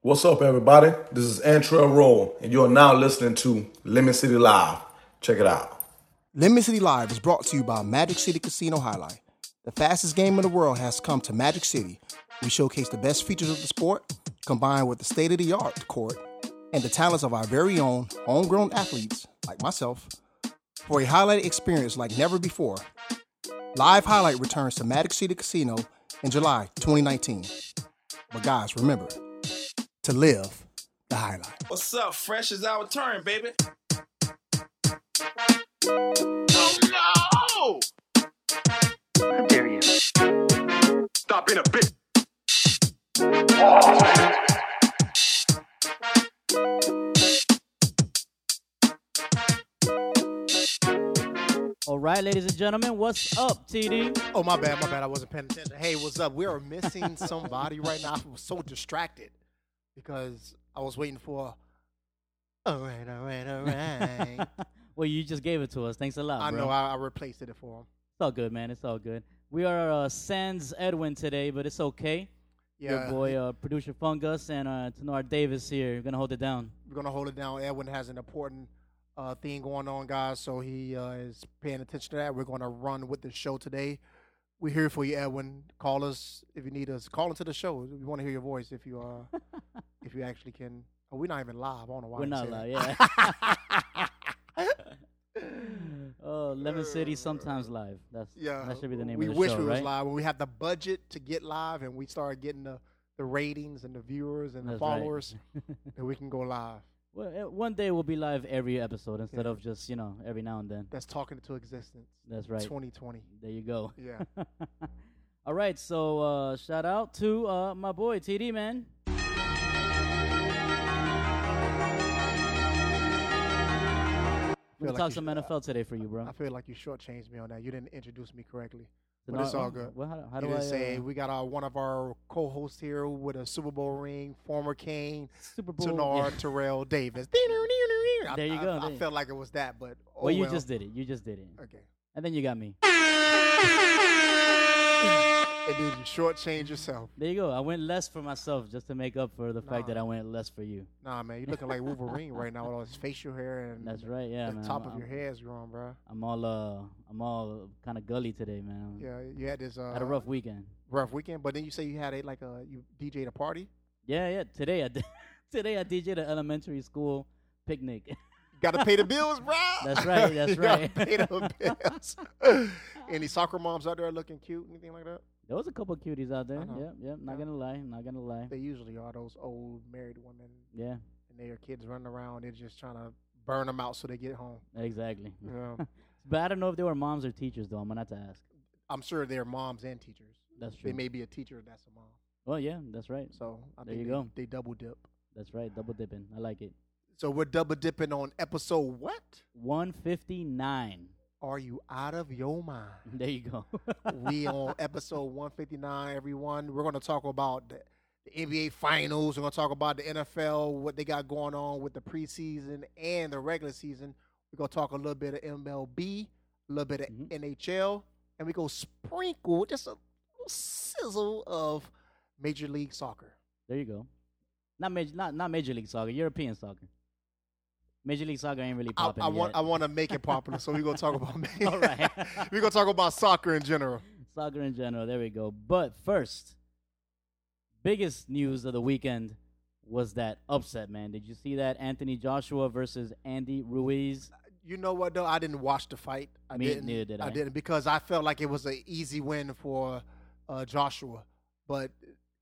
What's up, everybody? This is Antrell Roll, and you are now listening to Lemon City Live. Check it out. Lemon City Live is brought to you by Magic City Casino Highlight. The fastest game in the world has come to Magic City. We showcase the best features of the sport, combined with the state of the art court and the talents of our very own homegrown athletes, like myself, for a highlight experience like never before. Live Highlight returns to Magic City Casino in July 2019. But guys, remember to live the highlight. What's up? Fresh is our turn, baby. Oh How dare you? Stop being a bitch. All right, ladies and gentlemen, what's up, TD? Oh my bad, my bad. I wasn't paying attention. Hey, what's up? We are missing somebody right now. I was so distracted because I was waiting for. All right, all right, all right. well, you just gave it to us. Thanks a lot. I bro. know I, I replaced it for him. It's all good, man. It's all good. We are uh, Sans Edwin today, but it's okay. Yeah, Your boy, uh, producer Fungus, and uh, Tanar Davis here. We're gonna hold it down. we're gonna hold it down. Edwin has an important uh, thing going on, guys, so he uh, is paying attention to that. We're gonna run with the show today. We're here for you, Edwin. Call us if you need us. Call into the show. We want to hear your voice if you uh, if you actually can. Oh, we're not even live. I don't know why We're I'm not saying loud, that. yeah. oh, Lemon City sometimes live. That's Yeah, That should be the name we of the wish show, we was right? live. When we have the budget to get live, and we start getting the, the ratings and the viewers and the That's right. followers, then we can go live. Well, eh, one day we'll be live every episode instead Yeah. of just you know every now and then. That's talking to existence. That's right. 2020. There you go. Yeah. All right, so uh, shout out to uh, my boy TD man. We're Feel like gonna talk you some should- uh, NFL today for you, bro. I feel like you shortchanged me on that. You didn't introduce me correctly. But Tanar- it's all oh, good. Well, how, how you do I didn't say uh, we got our, one of our co-hosts here with a Super Bowl ring, former Kane, Super Bowl? Tanar Yeah. Terrell Davis. I- There you I- go, I, there you- felt like it was that, but oh well, you well. just did it. You just did it, okay. and then you got me. And then you shortchange yourself. There you go. I went less for myself just to make up for the fact that Nah. I went less for you. Nah, man, you looking like Wolverine right now with all his facial hair and That's right. Yeah, Mm-hmm. the man. top I'm, of your I'm- hair is grown, bro. I'm all uh, I'm all kind of gully today, man. Yeah, you had this uh, Had a rough weekend. rough weekend, but then you say you had a like a you DJ'd a party. Yeah, yeah. Today I did. today I DJed an elementary school picnic. You gotta pay the bills, bro. That's right, that's You gotta right. Pay the bills. Any soccer moms out there looking cute? Anything like that? there was a couple cuties out there. know. Yep, yep. Not Uh-huh. Yeah. gonna lie. Not gonna lie. They usually are those old married women Yeah, and their kids running around. They're just trying to burn them out so they get home. exactly. Yeah. But I don't know if they were moms or teachers though. I'm gonna have to ask. I'm sure they're moms and teachers. That's true. They may be a teacher that's a mom. well, yeah, that's right. So I There think you they, go. they double dip. That's right. Double dipping. I like it. So we're double dipping on episode what? 159. Are you out of your mind? There you go. we on episode 159, everyone. We're going to talk about the, the NBA Finals. We're going to talk about the NFL, what they got going on with the preseason and the regular season. We're going to talk a little bit of MLB, a little bit of Mhm. NHL, and we go sprinkle just a little sizzle of Major League Soccer. There you go. Not major, not not major league soccer. European soccer. Major league soccer ain't really I, popping. I want yet. I want to make it popular, so we're going to talk about All right. we're going to talk about soccer in general. soccer in general. There we go. But first, biggest news of the weekend was that upset, man. Did you see that Anthony Joshua versus Andy Ruiz? You know what though? I didn't watch the fight. I Me didn't. neither did I. didn't because I felt like it was an easy win for uh, Joshua. But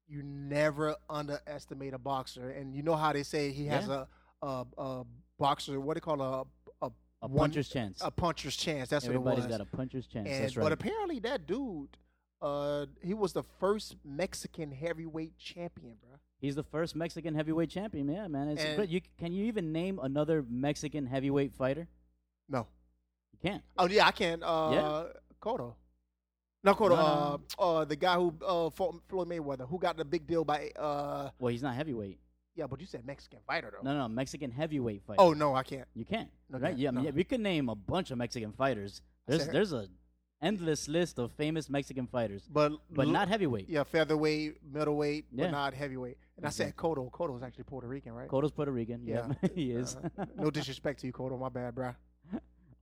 you never underestimate a boxer, and you know how they say he has Yeah. a, a a boxer. What they call a a, A one- puncher's chance. a puncher's chance. That's what Everybody's it was. got a puncher's chance. and, That's But right. apparently that dude, uh, he was the first Mexican heavyweight champion, bro. He's the first Mexican heavyweight champion. Yeah, man. It's And- great. You, can you even name another Mexican heavyweight fighter? No. You can't. Oh yeah, I can. Uh, Cotto. No, Cotto. No, uh, no. uh, the guy who uh, fought Floyd Mayweather, who got the big deal by. Uh, Well, he's not heavyweight. yeah, but you said Mexican fighter though. No, no, Mexican heavyweight fighter. Oh no, I can't. you can't. No, right? can't. Yeah, I mean, No. yeah, we could name a bunch of Mexican fighters. I There's said- there's a endless list of famous Mexican fighters, But but l- not heavyweight. Yeah, featherweight, middleweight, Yeah. but not heavyweight. And I said Cotto. Cotto is actually Puerto Rican, right? Cotto's Puerto Rican. Yeah, he is. Uh, no disrespect to you, Cotto. My bad, bruh.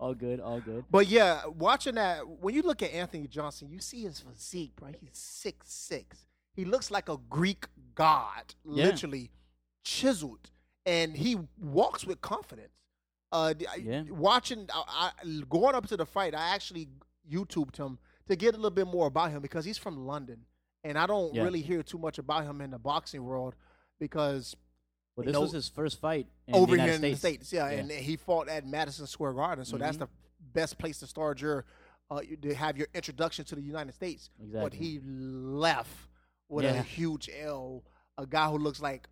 all good, all good. But yeah, watching that, when you look at Anthony Johnson, you see his physique, bro. He's six six. He looks like a Greek god, Yeah. literally chiseled, and he walks with confidence. Uh, d- I- Yeah. Watching, I, I, going up to the fight, I actually YouTubed him to get a little bit more about him because he's from London, and I don't Yeah. really hear too much about him in the boxing world because Well, you this know, was his first fight in over the United here in States. the states. Yeah, Yeah. Mm-hmm. and he fought at Madison Square Garden, so that's the best place to start your uh, you- to have your introduction to the United States. But Exactly. he left with Yeah. a huge L, a guy who looks like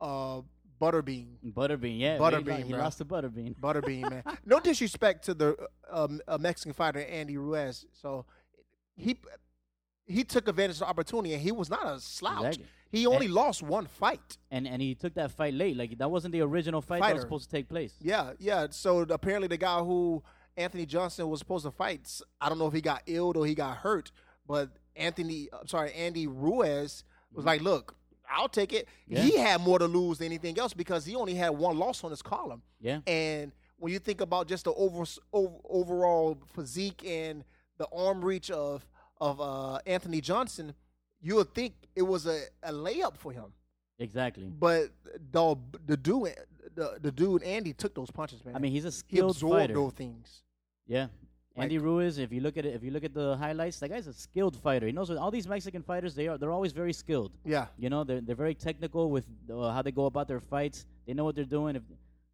uh, Butterbean. Butterbean, yeah, man, he Butterbean, lo- He bro. lost to Butterbean. Butterbean, man. No disrespect to the uh, um, uh, Mexican fighter Andy Ruiz. So he he took advantage of the opportunity, and he was not a slouch. Exactly. He only And- lost one fight. and and he took that fight late. Like that wasn't the original fight that was Fighter. supposed to take place. Yeah, yeah. So apparently, the guy who Anthony Johnson was supposed to fight, s- I don't know if he got ill or he got hurt, but Anthony, I'm sorry, Andy Ruiz was like, "Look, I'll take it." Yeah. He had more to lose than anything else because he only had one loss on his column. Yeah. And when you think about just the over, over overall physique and the arm reach of of uh, Anthony Johnson, you would think it was a, a layup for him. Exactly. But the the dude the, the dude Andy took those punches, man. I mean, he's a he skilled absorbed fighter. those things. Yeah. Andy Like- Ruiz, if you look at it, if you look at the highlights, that guy's a skilled fighter. He knows what, all these Mexican fighters. They are they're always very skilled. Yeah, You know, they're they're very technical with uh, how they go about their fights. They know what they're doing, if,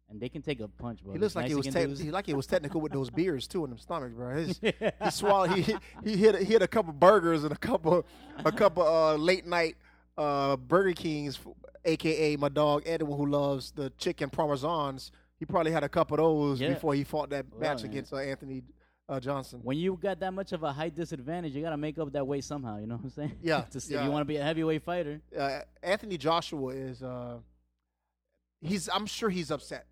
and they can take a punch, bro. he looks These like he was te- Mexican dudes- he like he was technical with those beers too in his stomach, bro. His, He swallowed. He he hit he hit a couple burgers and a couple a couple uh, late night uh, Burger Kings, aka my dog Edwin, who loves the chicken parmesans. He probably had a couple of those Yeah. before he fought that Well, match man. against uh, Anthony uh, Johnson. when you got that much of a height disadvantage, you got to make up that weight somehow. You know what I'm saying? Yeah, to see if yeah. you want to be a heavyweight fighter. uh, Anthony Joshua is uh, he's I'm sure he's upset.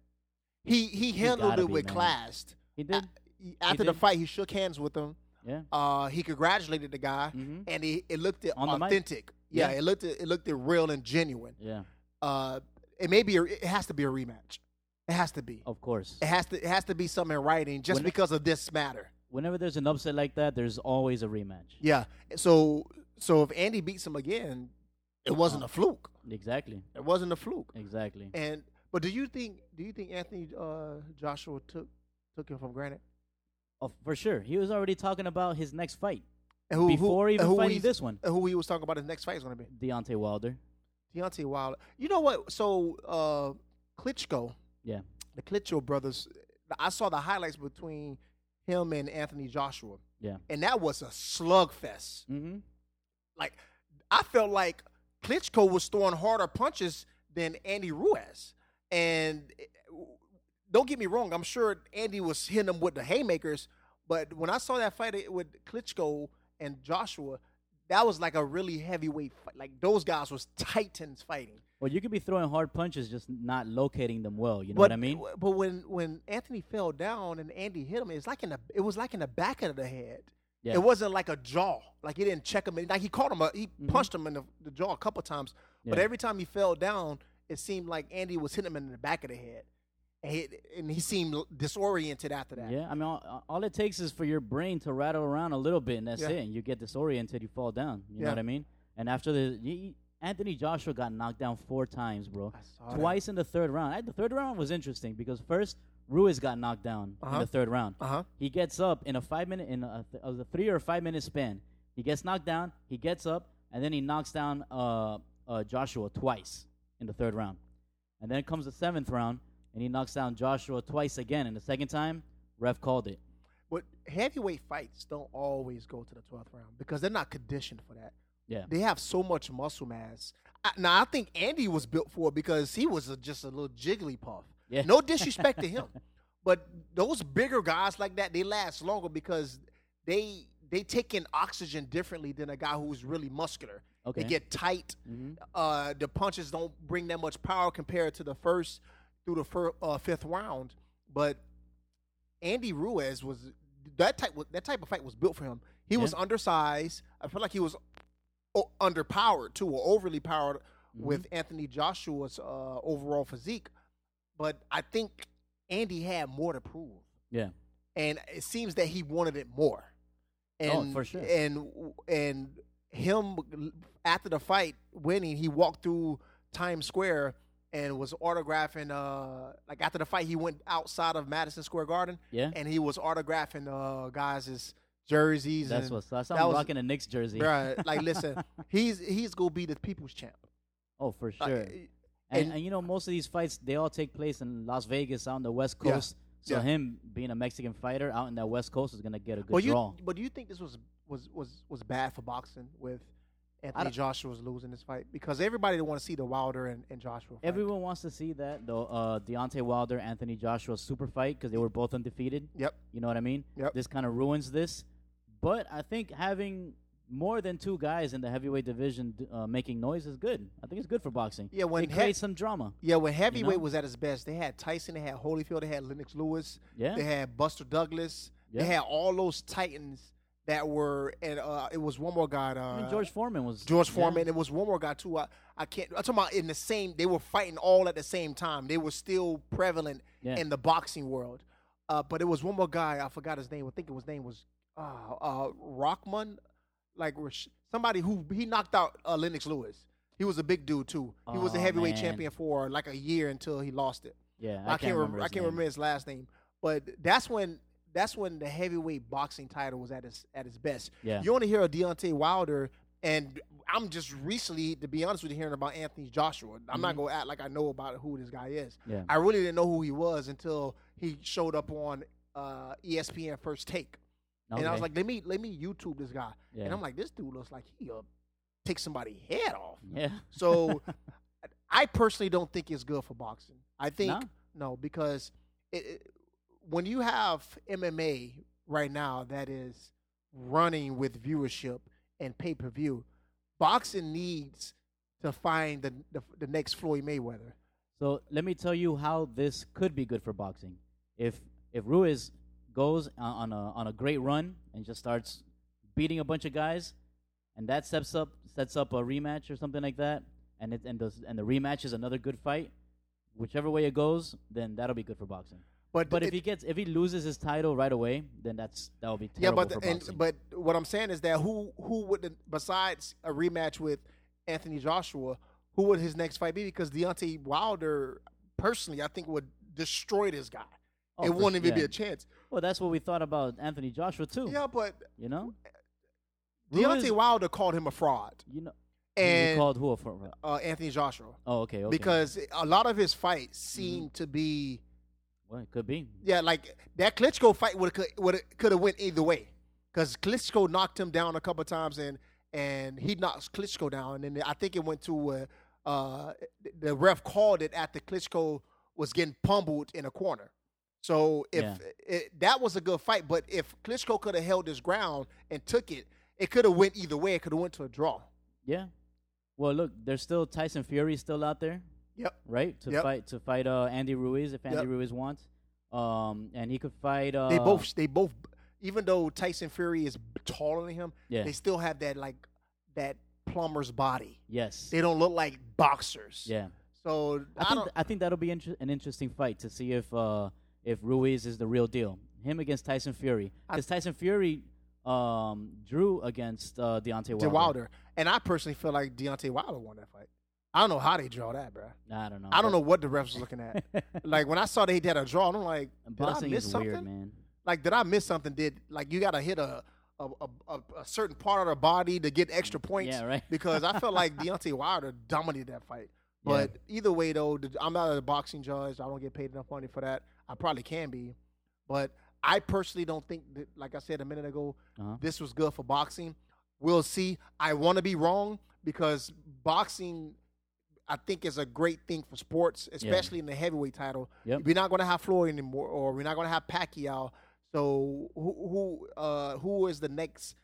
He he handled gotta it be, with man. class. He did. He- After the did. fight, he shook hands with him. Yeah. Uh, he congratulated the guy, Mhm. and he, it looked it On the mic. authentic. Yeah, Yeah. it looked it, it looked it real and genuine. Yeah. Uh, it may be a, it has to be a rematch. It has to be. Of course. It has to it has to be something in writing just Oh. When- because of this matter. Whenever there's an upset like that, there's always a rematch. Yeah. So so if Andy beats him again, it wasn't Oh. a fluke. Exactly. It wasn't a fluke. Exactly. And but do you think do you think Anthony uh, Joshua took took him from granted? Oh, for sure. He was already talking about his next fight And who, Before even who fighting he's- this one. and who he was talking about his next fight is going to be Deontay Wilder. Deontay Wilder. You know what? So uh, Klitschko, Yeah. the Klitschko brothers, I saw the highlights between him and Anthony Joshua, Yeah. and that was a slugfest. Mm-hmm. Like I felt like Klitschko was throwing harder punches than Andy Ruiz, and eh, don't get me wrong, I'm sure Andy was hitting him with the haymakers, but when I saw that fight with Klitschko and Joshua, that was like a really heavyweight fight. Like those guys was titans fighting. Well, you could be throwing hard punches, just not locating them well. You know what I mean? But when when Anthony fell down and Andy hit him, it's like in the it was like in the back of the head. Yeah. It wasn't like a jaw. Like he didn't check him. Like he caught him. A, he punched him in the, the jaw a couple times. But Mm-hmm. Yeah. every time he fell down, it seemed like Andy was hitting him in the back of the head, and he, and he seemed disoriented after that. Yeah. I mean, all, all it takes is for your brain to rattle around a little bit, and that's Yeah. it. And you get disoriented, you fall down. You know Yeah. what I mean? And after the you- you- Anthony Joshua got knocked down four times, bro. saw that. Twice in the third round. I, the third round was interesting because first Ruiz got knocked down in the third round. Uh huh. He gets up in a five minute in a, th- of the three or five minute span. He gets knocked down. He gets up and then he knocks down uh, uh, Joshua twice in the third round. And then comes the seventh round and he knocks down Joshua twice again. And the second time, ref called it. But heavyweight fights don't always go to the twelfth round because they're not conditioned for that. Yeah, They have so much muscle mass. I, now I think Andy was built for it because he was a, just a little jiggly puff. Yeah. No disrespect to him, but those bigger guys like that they last longer because they they take in oxygen differently than a guy who's really muscular. Okay. Mm-hmm. They get tight. Uh, the punches don't bring that much power compared to the first through the fir- uh, fifth round, but Andy Ruiz was that type that type of fight was built for him. He was Yeah. undersized. I feel like he was o- underpowered too, or overly powered Mm-hmm. with Anthony Joshua's uh, overall physique. But I think Andy had more to prove, Yeah. and it seems that he wanted it more. And, Oh, for sure. And and him after the fight winning, he walked through Times Square and was autographing. Uh, like after the fight, he went outside of Madison Square Garden Yeah. and he was autographing uh guys' jerseys. That's and, what's up. that I'm was- rocking a Knicks jersey. Bruh, like listen, he's he's gonna be the people's champ. Oh, for Like, eh, sure. and- and, and you know, most of these fights they all take place in Las Vegas, out on the West Yeah. Coast. So Yeah. him being a Mexican fighter out in that West Coast is gonna get a good but you draw. but do you think this was was was was bad for boxing with Anthony don't- Joshua's losing this fight because everybody want to see the Wilder and, and Joshua. Fight. Everyone wants to see that though. Uh, Deontay Wilder, Anthony Joshua super fight because they were both undefeated. Yep. You know what I mean? Yep. This kind of ruins this. But I think having more than two guys in the heavyweight division d- uh, making noise is good. I think it's good for boxing. Yeah, when it he- creates some drama. Yeah, when heavyweight know? was at its best, they had Tyson, they had Holyfield, they had Lennox Lewis, Yeah. they had Buster Douglas, Yeah. they had all those titans that were, and uh, it was one more guy. Uh, I mean, George Foreman was George yeah. Foreman. It was one more guy too. I, I can't. I'm talking about in the same. They were fighting all at the same time. They were still prevalent Yeah. in the boxing world. Uh, but it was one more guy. I forgot his name. I think it was name was uh, uh, Rockman, like Rash- somebody who he knocked out uh, Lennox Lewis. He was a big dude too. He was a Oh, heavyweight man. champion for like a year until he lost it. Yeah, I, can't. Remember remember. I his can't name. remember his last name. But that's when that's when the heavyweight boxing title was at its at its best. Yeah. You only hear of Deontay Wilder, and I'm just recently, to be honest with you, hearing about Anthony Joshua. I'm not gonna act like I know about who this guy is. Mm-hmm. Yeah. I really didn't know who he was until he showed up on uh, ESPN First Take, and I was Okay. like, let me let me YouTube this guy, Yeah. and I'm like, this dude looks like he uh, take somebody's head off. yeah, So I personally don't think it's good for boxing. I think No? no, because it, it- when you have MMA right now that is running with viewership and pay per view, boxing needs to find the, the the next Floyd Mayweather. So let me tell you how this could be good for boxing. If if Ruiz goes o- on a on a great run and just starts beating a bunch of guys, and that sets up sets up a rematch or something like that, and it and those and the rematch is another good fight, whichever way it goes, then that'll be good for boxing. But But it- if he gets if he loses his title right away, then that's that will be yeah, terrible but for the, and, boxing. but what I'm saying is that who who would the, besides a rematch with Anthony Joshua, who would his next fight be? Because Deontay Wilder, personally, I think would destroy this guy. Oh, it for wouldn't su- even be yeah. a chance. well, that's what we thought about Anthony Joshua too. Yeah, but you know, Deontay Ruiz- Wilder called him a fraud, you know, he- he and called who a for? uh, Anthony Joshua, Oh, okay, okay. Mm-hmm. because a lot of his fights seemed to be well, it could be. yeah, like that Klitschko fight would would could have went either way, because Klitschko knocked him down a couple of times and and he knocks Klitschko down, and then I think it went to uh, uh, the ref called it after Klitschko was getting pummeled in a corner. So if Yeah. it, that was a good fight, but if Klitschko could have held his ground and took it, it could have went either way. It could have went to a draw. Yeah. Well, look, there's still Tyson Fury still out there, Yep. right? To Yep. fight to fight uh, Andy Ruiz if Andy Yep. Ruiz wants, um, and he could fight. Uh, they both they both even though Tyson Fury is taller than him, Yeah. they still have that like that plumber's body. Yes. They don't look like boxers. yeah. So I, I think don't. I think that'll be inter- an interesting fight to see if uh, if Ruiz is the real deal. Him against Tyson Fury, because Tyson Fury um, drew against uh, Deontay Wilder. Deontay Wilder, and I personally feel like Deontay Wilder won that fight. I don't know how they draw that, bro. I don't know. I don't know what the refs was looking at. like when I saw they did a draw, I'm like, did I Boxing miss is something? weird, man. Like did I miss something? Did like you got to hit a a, a a a certain part of the body to get extra points? Yeah, right. because I felt like Deontay Wilder dominated that fight. Yeah. But either way, though, the- I'm not a boxing judge. I don't get paid enough money for that. I probably can be, but I personally don't think that. Like I said a minute ago, Uh-huh. this was good for boxing. We'll see. I want to be wrong because boxing, I think, is a great thing for sports, especially in the heavyweight title. Yep. We're not going to have Floyd anymore, or we're not going to have Pacquiao. So who who uh, who is the next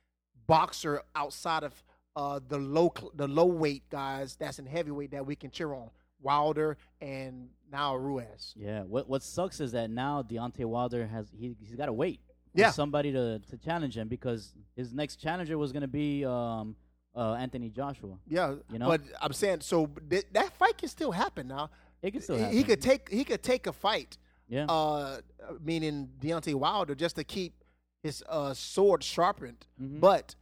boxer outside of uh, the low cl- the low weight guys that's in heavyweight that we can cheer on? Wilder and now Ruiz. Yeah. What what sucks is that now Deontay Wilder has he he's got to wait with Yeah. somebody to, to challenge him because his next challenger was going to be um, uh, Anthony Joshua. Yeah, You know? But I'm saying so th- that fight can still happen now. It could still He- happen. He could take he could take a fight, yeah. uh, meaning Deontay Wilder, just to keep his uh, sword sharpened. But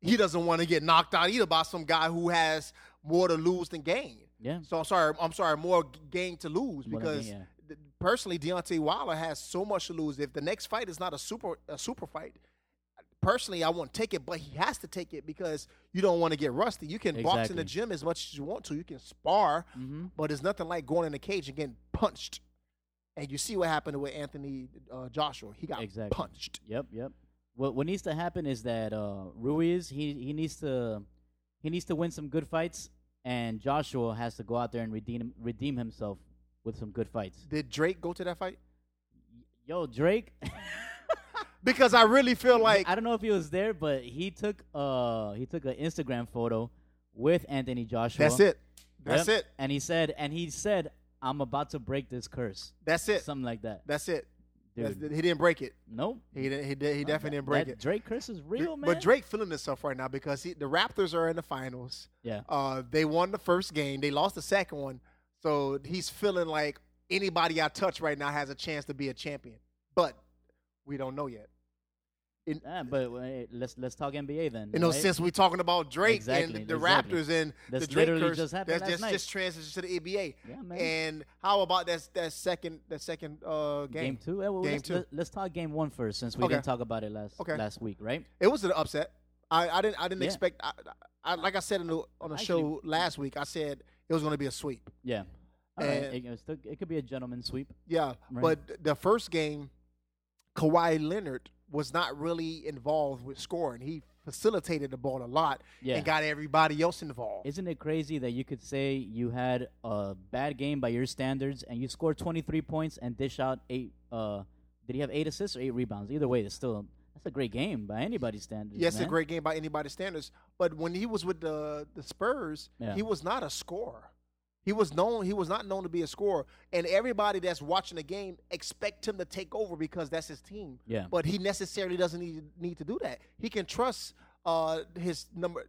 he doesn't want to get knocked out either by some guy who has more to lose than gain. Yeah. So I'm sorry, I'm sorry, more g- gain to lose More than because gain, th- personally, Deontay Wilder has so much to lose. If the next fight is not a super a super fight, personally, I won't take it, but he has to take it because you don't want to get rusty. You can box in the Exactly. Mm-hmm. gym as much as you want to. You can spar, but it's nothing like going in the cage and getting punched. And you see what happened with Anthony uh, Joshua. He got Exactly. punched. Yep, yep. What what needs to happen is that uh, Ruiz he he needs to he needs to win some good fights, and Joshua has to go out there and redeem redeem himself with some good fights. Did Drake go to that fight? Yo, Drake, Because I really feel like I don't know if he was there, but he took uh he took an Instagram photo with Anthony Joshua. that's it. That's Yep. it. And he said, and he said, I'm about to break this curse, That's it. something like that. That's it. That's- Dude. he didn't break it. Nope. He didn't, he, did, he definitely didn't break That it. Drake curse is real, man. But Drake feeling himself right now because he, the Raptors are in the finals. yeah, Uh, they won the first game. They lost the second one. So he's feeling like anybody I touch right now has a chance to be a champion. But we don't know yet. In, Ah, but wait, let's let's talk NBA then. you know, right? since we're talking about Drake Exactly, and the exactly. Raptors and That's the Drake literally curse, just happened that's last just, night. just transition to the NBA. Yeah, man. And how about that that second that second uh, game? Game two. Eh, well, Game let's, two. Let, us talk game one first, since we Okay. didn't talk about it last Okay. last week, right? It was an upset. I, I didn't I didn't Yeah. expect. I, I, like I said on the, on the show last week, I said it was going to be a sweep. Yeah. All right. And- It, it's still- it could be a gentleman's sweep. Yeah, Right. but the first game, Kawhi Leonard was not really involved with scoring. He facilitated the ball a lot Yeah. and got everybody else involved. Isn't it crazy that you could say you had a bad game by your standards and you scored 23 points and dish out eight? Uh, did he have eight assists or eight rebounds? Either way, it's still that's a great game by anybody's standards. yes, man. a great game by anybody's standards. But when he was with the the Spurs, Yeah. he was not a scorer. He was known. He was not known to be a scorer, and everybody that's watching the game expect him to take over because that's his team. Yeah. But he necessarily doesn't need, need to do that. He can trust uh, his number,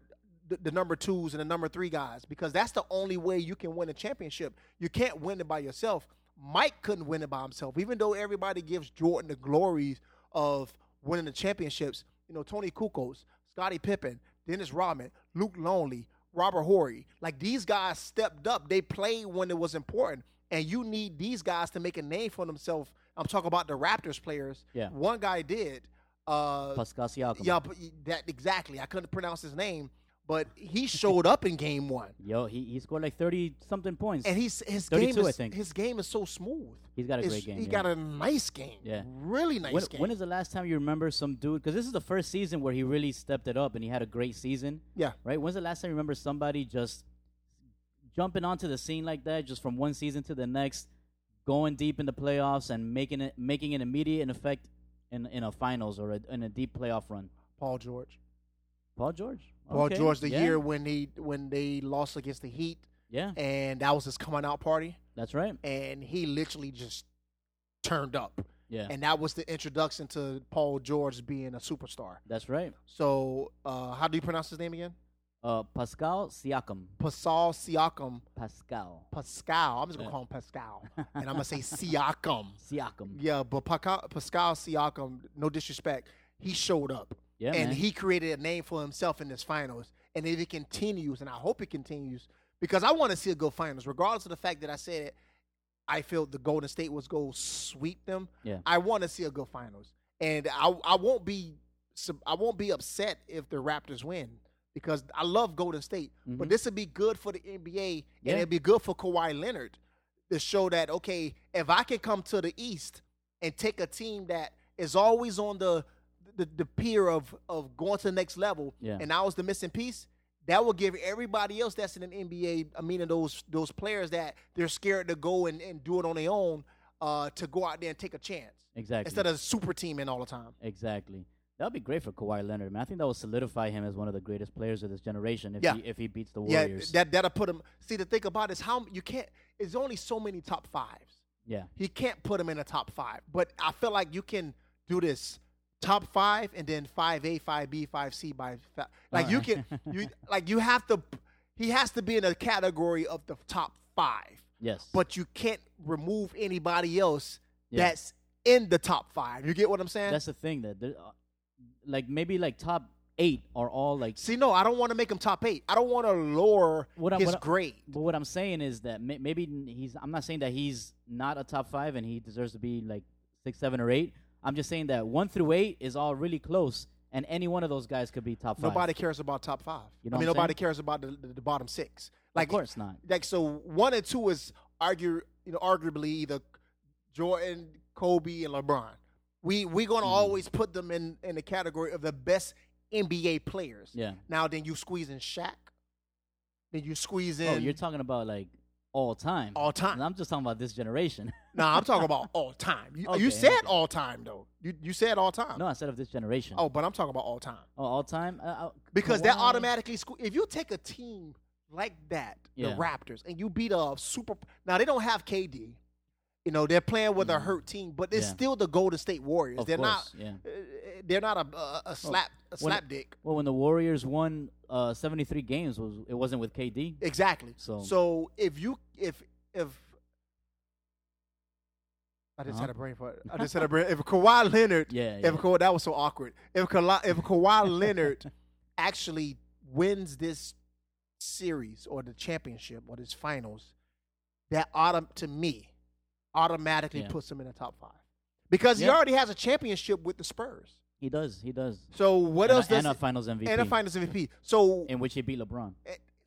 the, the number twos and the number three guys because that's the only way you can win a championship. You can't win it by yourself. Mike couldn't win it by himself, even though everybody gives Jordan the glories of winning the championships. You know, Tony Kukoc, Scottie Pippen, Dennis Rodman, Luke Longley, Robert Horry. Like these guys stepped up. They played when it was important. And you need these guys to make a name for themselves. I'm talking about the Raptors players. Yeah. One guy did. Uh, Pascal Siakam. yeah, but y- that exactly. I couldn't pronounce his name, but he showed up in game one, Yo, he, he scored like 30 something points. and he's his 32, game is I think. his game is so smooth. He's got a It's- great game, He yeah. got a nice game. Yeah. really nice when, game. when is the last time you remember some dude? Because this is the first season where he really stepped it up and he had a great season. yeah, right? When's the last time you remember somebody just jumping onto the scene like that, just from one season to the next, going deep in the playoffs and making it making an immediate effect in in a finals or a, in a deep playoff run? Paul George. Paul George. Paul Okay, George, the yeah, year when he when they lost against the Heat, Yeah, and that was his coming out party, that's right. and he literally just turned up, Yeah, and that was the introduction to Paul George being a superstar. that's right. So, uh, how do you pronounce his name again? Uh, Pascal Siakam. Pascal Siakam. Pascal Pascal. I'm just gonna call him Pascal, and I'm gonna say Siakam. Siakam. Yeah, but Pascal, Pascal Siakam. No disrespect, he showed up, Yeah, and man. he created a name for himself in this finals. And if it continues, and I hope it continues, because I want to see a good finals, regardless of the fact that I said I feel the Golden State was go sweep them. Yeah. I want to see a good finals, and I I won't be sub- I won't be upset if the Raptors win because I love Golden State. But Mm-hmm. this would be good for the NBA, Yeah. and it'd be good for Kawhi Leonard to show that okay, if I can come to the East and take a team that is always on the the, the pier of of going to the next level, Yeah. and I was the missing piece. That will give everybody else that's in an NBA, I mean, those those players that they're scared to go and, and do it on their own, uh, to go out there and take a chance Exactly. instead of super teaming all the time. Exactly. That'd be great for Kawhi Leonard, man. I think that will solidify him as one of the greatest players of this generation if Yeah. he if he beats the Yeah, Warriors. that that'll put him. See, the thing about it is how you can't. It's only so many top fives. yeah. He can't put him in a top five, but I feel like you can do this top five and then five A, five B, five C by fi- like you Alright. can you like you have to he has to be in a category of the top five, Yes. but you can't remove anybody else Yeah. that's in the top five. You get what I'm saying? that's the thing that there- uh, like maybe like top eight are all like See, no, I don't want to make him top eight. I don't want to lower What I- his what I- grade. But what I'm saying is that may- maybe n- he's. I'm not saying that he's not a top five and he deserves to be like six, seven, or eight. I'm just saying that one through eight is all really close, and any one of those guys could be top five. Nobody cares about top five. You know I mean, what I'm nobody saying? cares about the, the, the bottom six. Of Like, course not. Like, so one and two is argue, you know, arguably either Jordan, Kobe, and LeBron. We we gonna Mm-hmm. always put them in in the category of the best NBA players. Yeah. Now then, you squeeze in Shaq. Then you squeeze in. Oh, you're talking about like all time. All time. And I'm just talking about this generation. nah, I'm talking about all time. You, Okay, you said okay. all time though. You you said all time. no, I said of this generation. Oh, but I'm talking about all time. Oh, all time. Uh, uh, Because that Kawhi- automatically, sque- if you take a team like that, the Yeah. Raptors, and you beat a super. Now they don't have KD. You know they're playing with a hurt team, but it's Mm. Yeah. still the Golden State Warriors. Of they're not. course, yeah. uh, They're not a a, a slap a when- slap dick. Well, when the Warriors won uh, 73 games, was it wasn't with KD? Exactly. So So- if you if if I just had Uh-huh. a brain fart. I just had a brain. If Kawhi Leonard, Yeah, if yeah. Kawhi, that was so awkward. If Kawhi, if Kawhi Leonard actually wins this series or the championship or this finals, that autom- to me automatically Yeah. puts him in the top five because he Yeah. already has a championship with the Spurs. He does. He does. So what and else a, does and a Finals MVP? and a Finals MVP? So eh, in which he beat LeBron.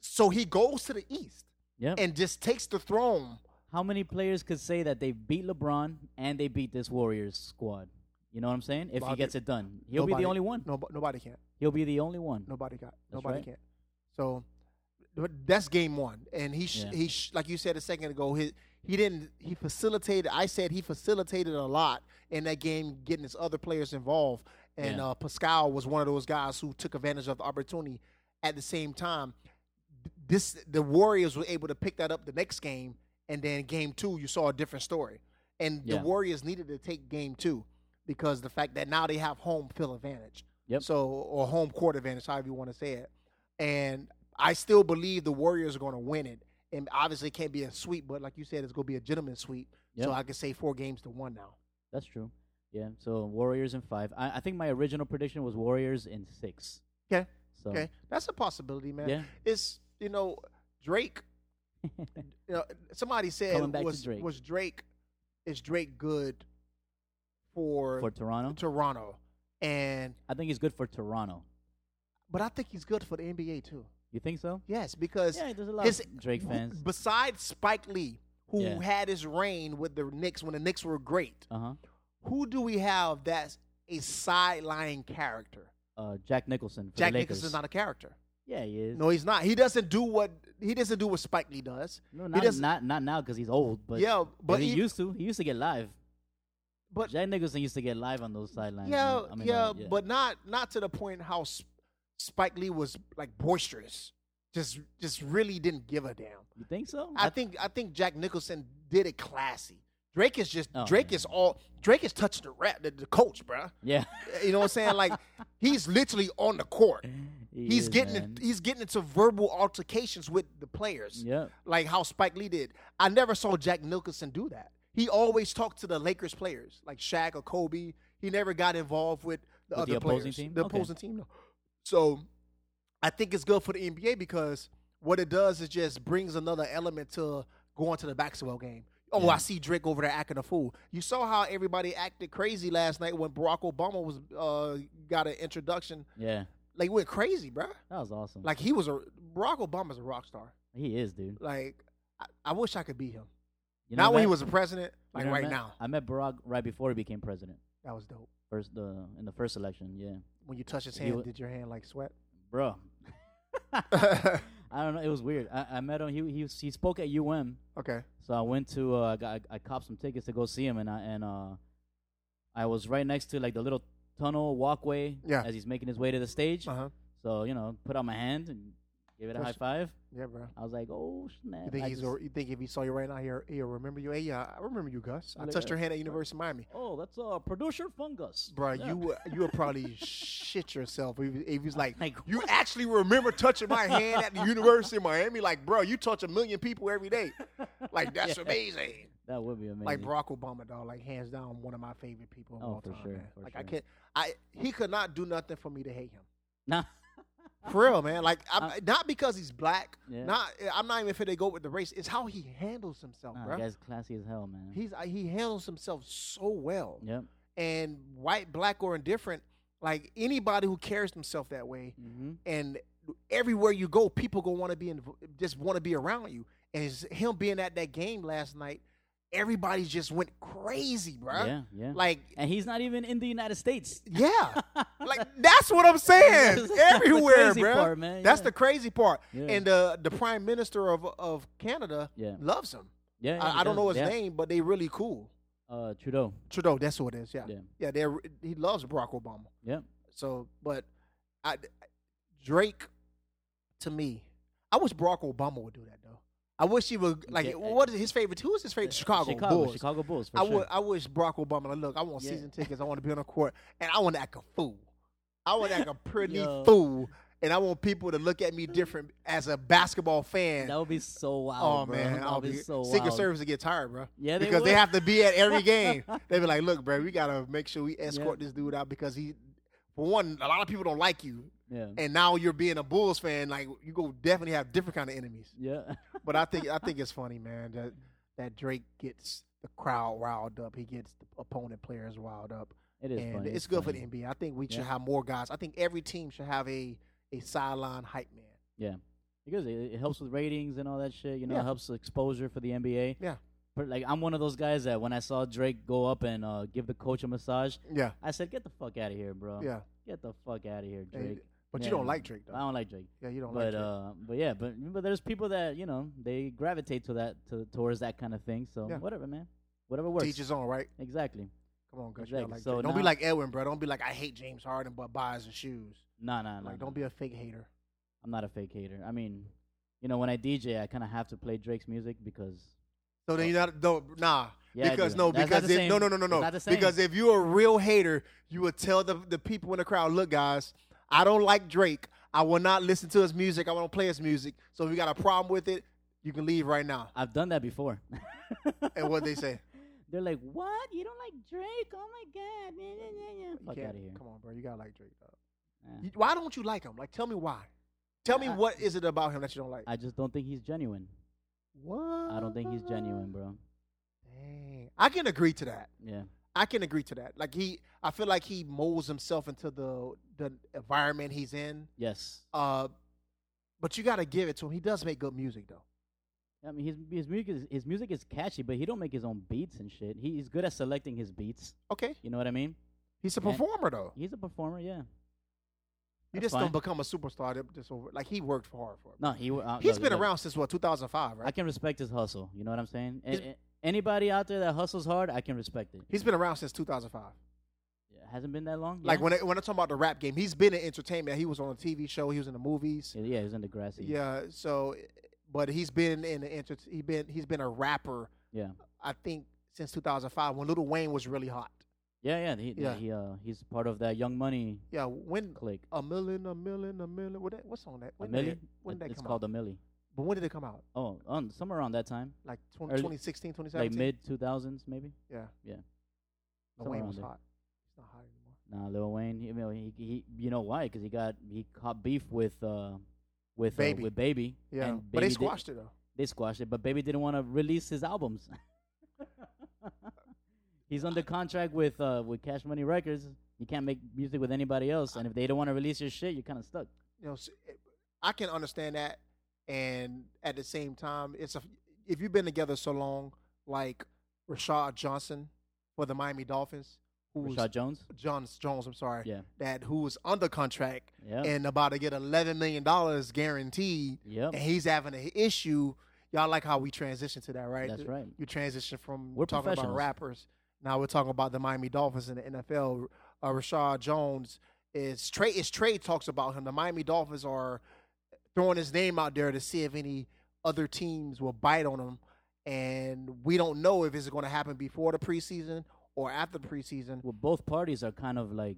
so he goes to the East Yeah. and just takes the throne. How many players could say that they beat LeBron and they beat this Warriors squad? You know what I'm saying? If Bobby- he gets it done, he'll be Nobody- the only one. No, nobody can. He'll be the only one. Nobody got. That's nobody right. can. So but that's game one, and he sh- Yeah. he sh- like you said a second ago. He he didn't he facilitated. I said he facilitated a lot in that game, getting his other players involved. And Yeah. uh, Pascal was one of those guys who took advantage of the opportunity. At the same time, this the Warriors were able to pick that up the next game, and then game two, you saw a different story. And the Yeah. Warriors needed to take game two because the fact that now they have home field advantage. Yep. So or home court advantage, however you want to say it. And I still believe the Warriors are going to win it. And obviously, it can't be a sweep, but like you said, it's going to be a gentleman's sweep. Yep. So I could say four games to one now. That's true. Yeah. So Warriors in five. I, I think my original prediction was Warriors in six. Okay. So Okay, that's a possibility, man. Yeah. It's you know Drake. you know, somebody said Coming back to was Drake. was Drake is Drake good for, for Toronto, Toronto? And I think he's good for Toronto. but I think he's good for the NBA too. You think so? Yes, because Yeah, there's a lot his- of Drake fans. Besides Spike Lee, who Yeah. had his reign with the Knicks when the Knicks were great, Uh huh. who do we have that's a sideline character? Uh, Jack Nicholson. For Jack the Lakers. Nicholson's not a character. Yeah, he is. No, he's not. He doesn't do what he doesn't do what Spike Lee does. No, He not, doesn't- not not now because he's old. But yeah, but he, he- used to. He used to get live. but Jack Nicholson used to get live on those sidelines. yeah, I mean, yeah, uh, but not not to the point how S- Spike Lee was like boisterous. Just just really didn't give a damn. you think so? I think I think Jack Nicholson did it classy. Drake is just Oh, Drake yeah. is all Drake is touching the rap the, the coach, bruh. Yeah. You know what I'm saying? Like he's literally on the court. He He's is, getting man. in- he's getting into verbal altercations with the players. Yep. Like how Spike Lee did. I never saw Jack Nicholson do that. He always talked to the Lakers players, like Shaq or Kobe. He never got involved with the With other the opposing players. team? The Okay. opposing team. No. So I think it's good for the NBA because what it does is just brings another element to going to the basketball game. Oh, I see Drake over there acting a fool. You saw how everybody acted crazy last night when Barack Obama was uh, got an introduction. Yeah. Like went crazy, bruh. That was awesome. Like he was a Barack Obama's a rock star. he is, dude. Like I, I wish I could be him. You Not know when that? he was a president, You like know I right met- now. I met Barack right before he became president. That was dope. First, the in the first election, yeah, When you touch his He hand, wa- did your hand like sweat? bro. I don't know. It was weird. I, I met him. He he was- he spoke at UM, okay. so I went to uh, I got I, I copped some tickets to go see him, and I and uh, I was right next to like the little tunnel walkway Yeah. as he's making his way to the stage. Uh huh. So you know, put out my hand and Give it a Touch- high five. Yeah, bro. I was like, oh snap! You think I he's? just- or- you think if he saw you right now, he'll, he'll remember you? Hey, yeah, I remember you, Gus. I Look touched at- your hand at University of Miami, oh, that's a uh, producer fungus, bro. Yeah. You would- you would probably shit yourself if, you- if he's like, Like, you what?" actually remember touching my hand at the University of Miami? Like, bro, you touch a million people every day. Like, that's Yeah. amazing. that would be amazing. Like Barack Obama, dog. Like, hands down, one of my favorite people of Oh, all for time. sure, man. for like, I sure. can't. I he could not do nothing for me to hate him. nah, For real, man. Like, I'm, I'm- not because he's black. Yeah. Not, I'm not even fit to go with the race. It's how he handles himself, nah, bro. that guy's classy as hell, man. He's uh, he handles himself so well. yep. And white, black, or indifferent, like anybody who carries himself that way, Mm-hmm. and everywhere you go, people gonna want to be in, just want to be around you. And it's him being at that game last night, everybody just went crazy, bro. Yeah, yeah. Like, and he's not even in the United States. yeah. like that's what I'm saying. That's the Everywhere, crazy bro. part, man, That's yeah. the crazy part. Yeah. And uh, the prime minister of of Canada Yeah. loves him. Yeah, yeah, I, I don't because know his they have- name, but they really cool. Uh, Trudeau. Trudeau, that's who it is. Yeah, yeah. Yeah. they're he loves Barack Obama. Yep. So, but I, Drake, to me, I wish Barack Obama would do that though. I wish he would like. Yeah, uh, what is his favorite? Who is his favorite? Chicago, Chicago Bulls. Chicago Bulls. For I sure. would. I wish Barack Obama. Like, look, I want Yeah. season tickets. I want to be on the court, and I want to act a fool. I want to act a pretty Yo. fool, and I want people to look at me different as a basketball fan. That would be so wild. Oh bro. man, that I'll would be, be so Secret wild. Service to get tired, bro. Yeah, they because they would. have to be at every game. they be like, "Look, bro, we gotta make sure we escort this dude out because he, for one, a lot of people don't like you, Yeah. and now you're being a Bulls fan. Like, you go definitely have different kind of enemies. Yeah. But I think I think it's funny, man, that that Drake gets the crowd riled up. He gets the opponent players riled up, It is and funny. it's, good funny. for the NBA. I think we should Yeah. have more guys. I think every team should have a a sideline hype man. because it, it helps with ratings and all that shit. You know, Yeah. it helps with exposure for the NBA. Yeah. But like, I'm one of those guys that when I saw Drake go up and uh, give the coach a massage, Yeah, I said, "Get the fuck out of here, bro. yeah. Get the fuck out of here, And- Drake." but you Yeah, don't no. like Drake though. I don't like Drake. yeah, you don't like But Drake. uh, but yeah, but but there's people that you know they gravitate to that to towards that kind of thing. So Yeah. whatever, man, whatever works. Teach his own, right? Exactly. Come on, Gus. You Exactly. gotta like So Drake. don't be now- like Edwin, bro. Don't be like I hate James Harden, but buys his shoes. Nah, nah, nah. like, nah. don't be a fake hater. I'm not a fake hater. I mean, you know, when I DJ, I kind of have to play Drake's music because So then you not don't nah. Yeah, I because do. no, That's not because the if, no, same. no, no, no, It's no. not the same. Because if you're a real hater, you would tell the the people in the crowd, look, guys, I don't like Drake. I will not listen to his music. I won't play his music. So if you got a problem with it, you can leave right now. I've done that before. And what they say? They're like, "What? You don't like Drake? Oh my god!" Yeah, yeah, yeah, yeah. You Fuck can't- out of here. Come on, bro. You gotta like Drake. Though. Yeah. You- why don't you like him? Like, tell me why. Tell me I- what is it about him that you don't like? I just don't think he's genuine. what? I don't think he's genuine, bro. Dang. I can agree to that. Yeah, I can agree to that. Like he, I feel like he molds himself into the the environment he's in. yes. Uh, but you got to give it to him. He does make good music though. I mean, his his music is his music is catchy, but he don't make his own beats and shit. He, he's good at selecting his beats. Okay, You know what I mean? he's a Yeah. performer though. He's a performer, yeah. You That's just don't fine. become a superstar that- just over. Like he worked hard for it. No, he. w- Uh, He's look, been look, around since what 2005, right? I can respect his hustle. You know what I'm saying? A- He's- a- anybody out there that hustles hard, I can respect it. he's been around since 2005. Yeah, hasn't been that long. Like yeah? when I, when I talk about the rap game, he's been in entertainment. He was on a TV show. He was in the movies. Yeah, yeah, he's in the grassy. Yeah. So, but he's been in the enter- he been he's been a rapper. yeah, I think since 2005 when Little Wayne was really hot. yeah, yeah. He, Yeah. he uh, he's part of that Young Money Yeah, when clique. a million, a million, a million. What that, what's on that? A When did milli. it- when did that it's come called out? a milli. but when did it come out? Oh, on somewhere around that time, Like 20, Early- 2016, like 2017? mid two thousands, maybe. yeah. yeah. The Somewhere Wayne around was there. hot. It's not hot anymore. Nah, Lil Wayne. You know, he, he you know why? Because he got he caught beef with uh with Baby. Uh, with baby. Yeah. and but they Baby did- squashed it, though. they squashed it, but baby didn't want to release his albums. He's under contract with uh with Cash Money Records. You can't make music with anybody else, and if they don't want to release your shit, you're kind of stuck. You know, s- it- I can understand that. And at the same time, it's a, if you've been together so long, like Rashad Johnson for the Miami Dolphins, who's Rashad Jones. John Jones, I'm sorry, Yeah. that who was under contract Yeah. and about to get $11 million guaranteed. yep. and he's having an issue. Y'all like how we transition to that, right? That's right. You transition from We're talking about professionals. rappers. Now we're talking about the Miami Dolphins in the NFL. Uh, Rashad Jones is trade. It's trade talks about him. The Miami Dolphins are throwing his name out there to see if any other teams will bite on him. And we don't know if it's going to happen before the preseason or after the preseason. Well, both parties are kind of like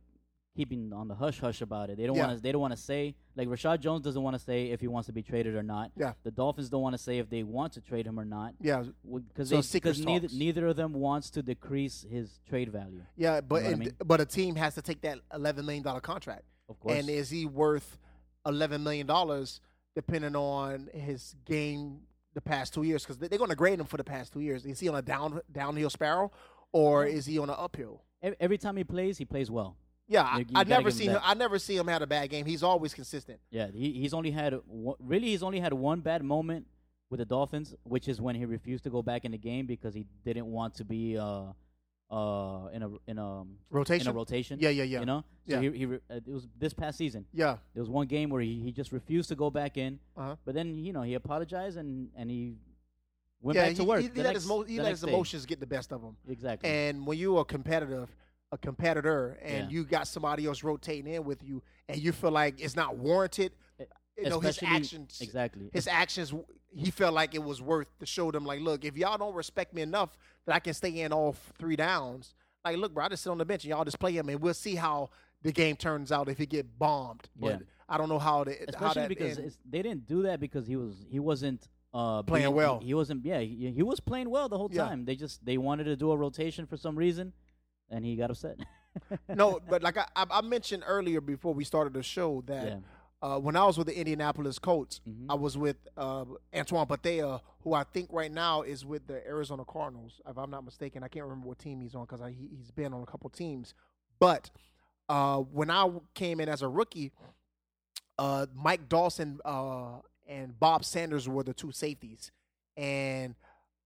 keeping on the hush hush about it. They don't Yeah. want to. They don't want to say like Rashad Jones doesn't want to say if he wants to be traded or not. Yeah. The Dolphins don't want to say if they want to trade him or not. Yeah, Because So they secret because neither, talks. neither of them wants to decrease his trade value. yeah, but know what I and- mean? but a team has to take that eleven million dollar contract. Of course. And is he worth eleven million dollars, depending on his game the past two years? Because they're going to grade him for the past two years. Is he on a down downhill spiral, or is he on an uphill? Ev- E, Every time he plays, he plays well. Yeah, I, You- you I gotta never give him see him. that. I never see him had a bad game. He's always consistent. Yeah, he, he's only had one, really he's only had one bad moment with the Dolphins, which is when he refused to go back in the game because he didn't want to be uh uh in a in a in Rotation? a rotation. Yeah, yeah, yeah. You know, so Yeah. he, he re- uh, it was this past season. Yeah, There was one game where he, he just refused to go back in, Uh-huh. but then you know he apologized and and he went yeah. back He, to work. he, he the let next- his, mo- he the let next his day. emotions get the best of him. exactly. And when you are competitive, a competitor, and Yeah. you got somebody else rotating in with you, and you feel like it's not warranted, you know his E, Especially- actions. exactly. His actions. He felt like it was worth to show them, like, look, if y'all don't respect me enough that I can stay in all three downs, like, look, bro, I just sit on the bench and y'all just play him, and we'll see how the game turns out if he get bombed. But Yeah. I don't know how the how especially that because end- it's, they didn't do that because he was he wasn't uh, Playing being- well. He, wasn't. Yeah, he, he was playing well the whole Yeah. time. They just they wanted to do a rotation for some reason, and he got upset. no, but like I, I I mentioned earlier before we started the show that Yeah. uh, when I was with the Indianapolis Colts, I was with uh, Antoine Patea, who I think right now is with the Arizona Cardinals, if I'm not mistaken. I can't remember what team he's on because he, he's been on a couple teams. But uh, when I came in as a rookie, uh, Mike Dawson uh, and Bob Sanders were the two safeties. And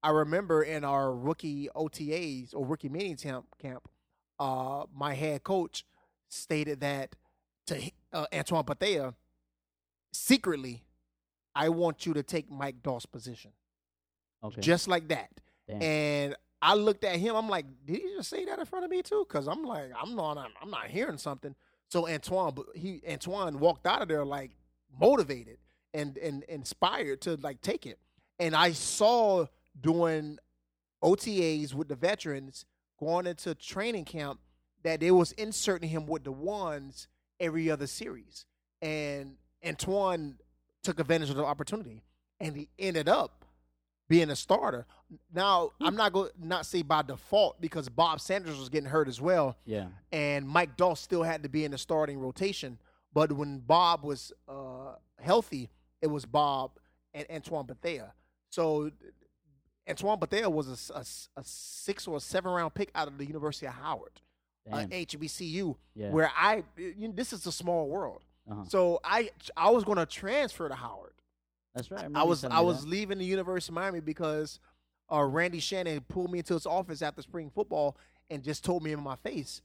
I remember in our rookie OTAs or rookie meeting camp, camp uh, my head coach stated that to hi- uh, Antoine Patea, secretly, I want you to take Mike Doss' position, okay. just like that. Damn. And I looked at him. I'm like, did he just say that in front of me too? Because I'm like, I'm not, I'm, I'm not hearing something. So Antoine, b- he Antoine walked out of there like motivated and and inspired to like take it. And I saw doing OTAs with the veterans going into training camp that they was inserting him with the ones every other series. And Antoine took advantage of the opportunity and he ended up being a starter. Now, Hmm. I'm not going not say by default because Bob Sanders was getting hurt as well yeah. and Mike Doss still had to be in the starting rotation. But when Bob was uh, healthy, it was Bob and Antoine Bethea. So Antoine Bethea was a s- a, s- a six or a seven round pick out of the University of Howard, uh, Damn. HBCU, Yeah. where I you know, this is a small world. Uh-huh. So I I was going to transfer to Howard. That's right. remember I you was telling I me was that. leaving the University of Miami because uh, Randy Shannon pulled me into his office after spring football and just told me in my face,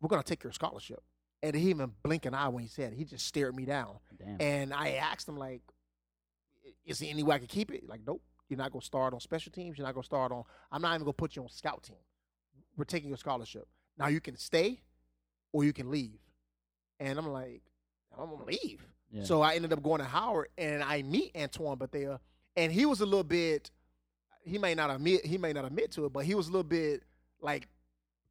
"We're gonna take your scholarship." And he even blinked an eye when he said it. He just stared me down. Damn. And I asked him like, "I- "Is there any way I could keep it?" Like, nope. You're not gonna start on special teams. You're not gonna start on. I'm not even gonna put you on scout team. We're taking your scholarship. Now you can stay, or you can leave. And I'm like, I'm gonna leave. Yeah. So I ended up going to Howard, and I meet Antoine Bethea, and he was a little bit. He may not admit he may not admit to it, but he was a little bit like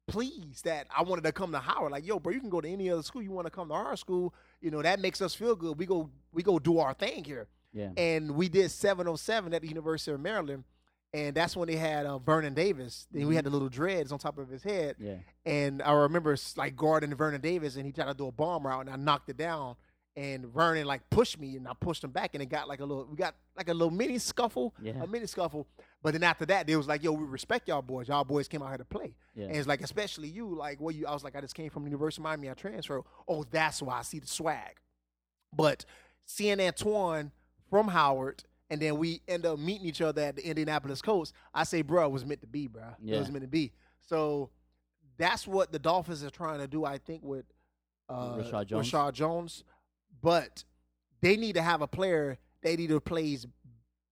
pleased that I wanted to come to Howard. Like, yo, bro, you can go to any other school. You want to come to our school? You know that makes us feel good. We go we go do our thing here. yeah. And we did 707 at the University of Maryland, and that's when they had uh, Vernon Davis. Then we had the little dreads on top of his head. yeah. And I remember s- like guarding Vernon Davis, and he tried to do a bomb route, and I knocked it down. And Vernon like pushed me, and I pushed him back, and it got like a little, we got like a little mini scuffle, Yeah. a mini scuffle. But then after that, they was like, "Yo, we respect y'all boys. Y'all boys came out here to play." Yeah. And it's like, especially you, like, well, you, I was like, I just came from the University of Miami. I transferred. Oh, that's why I see the swag. But seeing Antoine from Howard, and then we end up meeting each other at the Indianapolis Colts. I say, bro, it was meant to be, bro. It was Yeah. meant to be. So that's what the Dolphins are trying to do, I think, with uh, Rashad Jones. Rashad Jones. But they need to have a player that either plays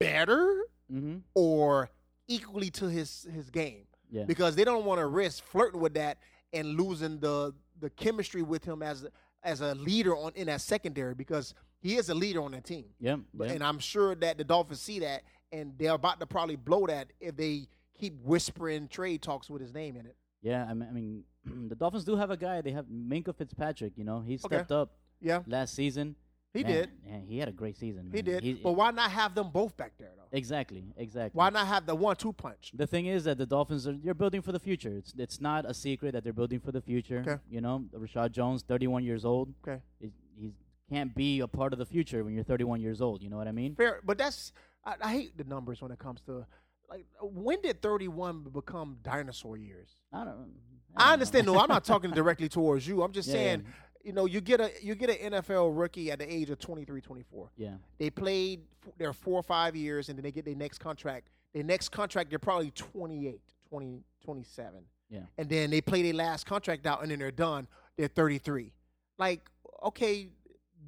better Mm-hmm. or equally to his his game Yeah. because they don't want to risk flirting with that and losing the the chemistry with him as as a leader on in that secondary because He is a leader on that team. Yeah, But, yeah. And I'm sure that the Dolphins see that, and they're about to probably blow that if they keep whispering trade talks with his name in it. Yeah, I mean, I mean the Dolphins do have a guy. They have Minka Fitzpatrick. You know, he Okay. stepped up Yeah, last season. he Man, did. Man, he had a great season. He man. did. but why not have them both back there though? exactly, exactly. Why not have the one-two punch? The thing is that the Dolphins are you're building for the future. It's it's not a secret that they're building for the future. Okay. You know, Rashad Jones, 31 years old. Okay. He he's- can't be a part of the future when you're 31 years old. You know what I mean? Fair, but that's I, I hate the numbers when it comes to like when did 31 become dinosaur years? I don't. I understand. No, I'm not talking directly towards you. I'm just Yeah, yeah. saying, you know, you get a you get an NFL rookie at the age of 23, 24. Yeah. They played f- their four or five years, and then they get their next contract. Their next contract, they're probably 28, 20, 27. Yeah. And then they play their last contract out, and then they're done. They're 33. Like, okay,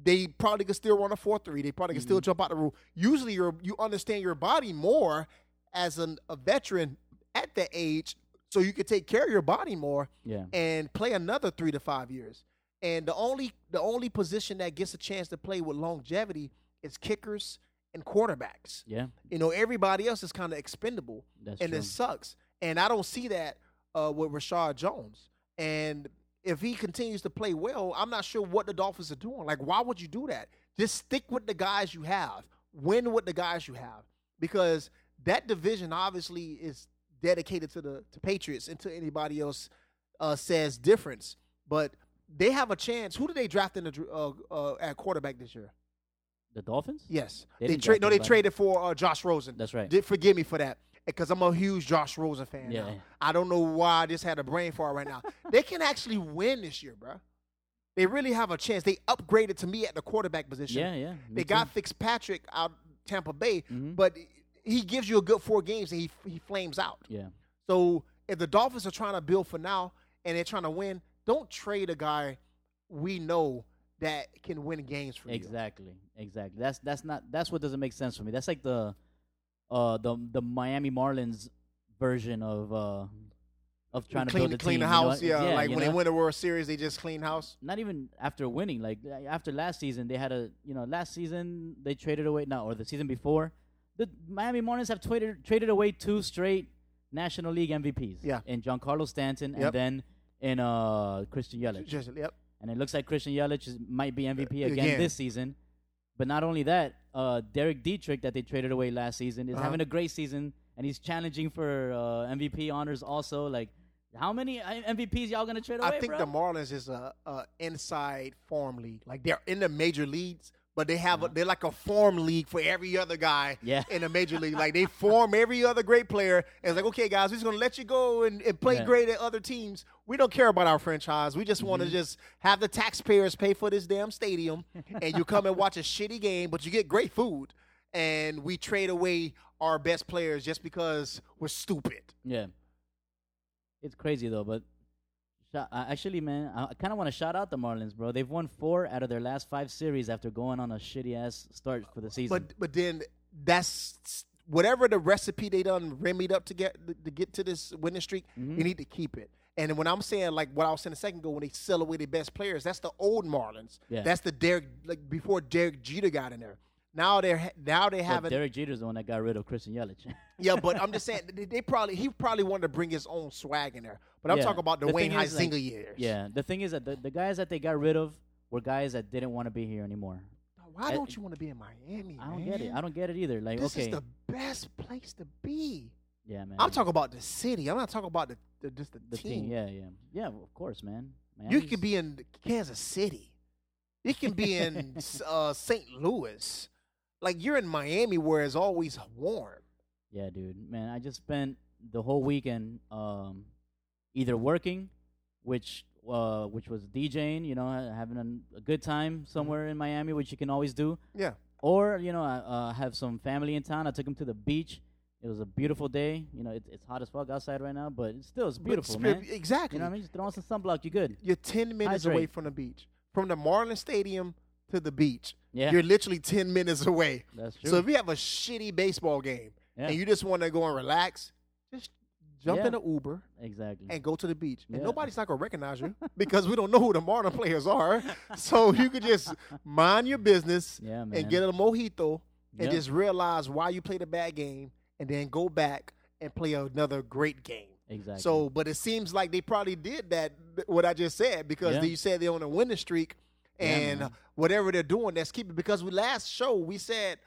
they probably could still run a 4 3. They probably could still Mm-hmm. jump out the rule. Usually, you're, you understand your body more as an, a veteran at that age, so you can take care of your body more Yeah. and play another three to five years. And the only the only position that gets a chance to play with longevity is kickers and quarterbacks. Yeah. You know, everybody else is kind of expendable, That's and true. it sucks. And I don't see that uh, with Rashad Jones. And if he continues to play well, I'm not sure what the Dolphins are doing. Like, why would you do that? Just stick with the guys you have. Win with the guys you have, because that division obviously is dedicated to the to Patriots and to anybody else uh, says difference. But they have a chance. Who did they draft in the dr- uh, uh, at quarterback this year? The Dolphins? Yes, They they, didn't trade. draft No, they anybody. traded for uh, Josh Rosen. That's right. Did forgive me for that because I'm a huge Josh Rosen fan. Yeah. now. I don't know why I just had a brain fart right now. they can actually win this year, bro. They really have a chance. They upgraded to me at the quarterback position. Yeah, yeah, me They too. Mm-hmm. got Fitzpatrick out Tampa Bay, but he gives you a good four games and he he flames out. Yeah. So if the Dolphins are trying to build for now and they're trying to win, don't trade a guy we know that can win games for you. Exactly. Exactly. That's that's not that's what doesn't make sense for me. That's like the uh the the Miami Marlins version of uh of trying clean, to build a clean team, the you know? house. Yeah, like you when they know? win the World Series, they just clean house. not even after winning. Like like, after last season, they had a you know last season they traded away now or the season before. The Miami Marlins have traded traded away two straight National League MVPs. Yeah. in Giancarlo Stanton Yep. and then in uh Christian Yelich. Just yep. And it looks like Christian Yelich is, might be MVP again, Uh, again. this season. But not only that, uh, Derek Dietrich that they traded away last season Uh-huh. is having a great season, and he's challenging for uh, MVP honors also. Like, how many uh, I- MVPs y'all gonna trade away? I think bro? the Marlins is a, a inside farm league. Like they're in the major leagues, but they have a, they're like a farm league for every other guy Yeah. in the major league. Like they form every other great player. And it's like, okay, guys, we're just gonna let you go and, and play Yeah. great at other teams. We don't care about our franchise. We just want Mm-hmm. to just have the taxpayers pay for this damn stadium, and you come and watch a shitty game, but you get great food. And we trade away our best players just because we're stupid. Yeah. It's crazy though, but shou- uh, actually, man, I, I kind of want to shout out the Marlins, bro. They've won four out of their last five series after going on a shitty ass start for the season. But but then that's whatever the recipe they done remedied up to get to get to this winning streak. Mm-hmm. You need to keep it. And when I'm saying like what I was saying a second ago, when they sell away their best players, that's the old Marlins. Yeah. That's the Derek like before Derek Jeter got in there. Now they're ha- now they Well, have not Derek Jeter's the one that got rid of Christian Yelich. yeah, but I'm just saying they, they probably he probably wanted to bring his own swag in there. But I'm Yeah. talking about the, Wayne thing is, like, Heisinger years. Yeah, the thing is that the, the guys that they got rid of were guys that didn't want to be here anymore. Why don't you want to be in Miami? I don't man? get it. I don't get it either. Like, This okay, is the best place to be. yeah, man. I'm talking about the city. I'm not talking about the, the just the, the team. Yeah, yeah, yeah. well, Of course, man. You Miami's- could be in Kansas City. You can be in s- uh, St. Louis. Like you're in Miami where it's always warm. Yeah, dude. Man, I just spent the whole weekend um, either working, which uh, which was DJing, you know, ha- having a, a good Mm-hmm. time somewhere in Miami, which you can always do, Yeah. or you know, I uh, have some family in town. I took them to the beach. It was a beautiful day. You know, it, it's hot as fuck outside right now, but it's still it's But beautiful, spirit- man. Exactly. You know what I mean? Just throw on some sunblock, you're good. You're 10 minutes away Hydrate. from the beach. From the Marlin Stadium to the beach. Yeah. You're literally 10 minutes away. That's So true. if you have a shitty baseball game Yeah. and you just want to go and relax, just jump Yeah. in an Uber, Exactly. and go to the beach. And Yeah. nobody's not gonna recognize you because we don't know who the Marlin players are. So you could just mind your business yeah, man. and get a mojito and Yeah. just realize why you played a bad game and then go back and play another great game. exactly. So, but it seems like they probably did that th- what I just said because Yeah. they you said they're on a winning streak Yeah, and man. whatever they're doing that's keeping because we last show we said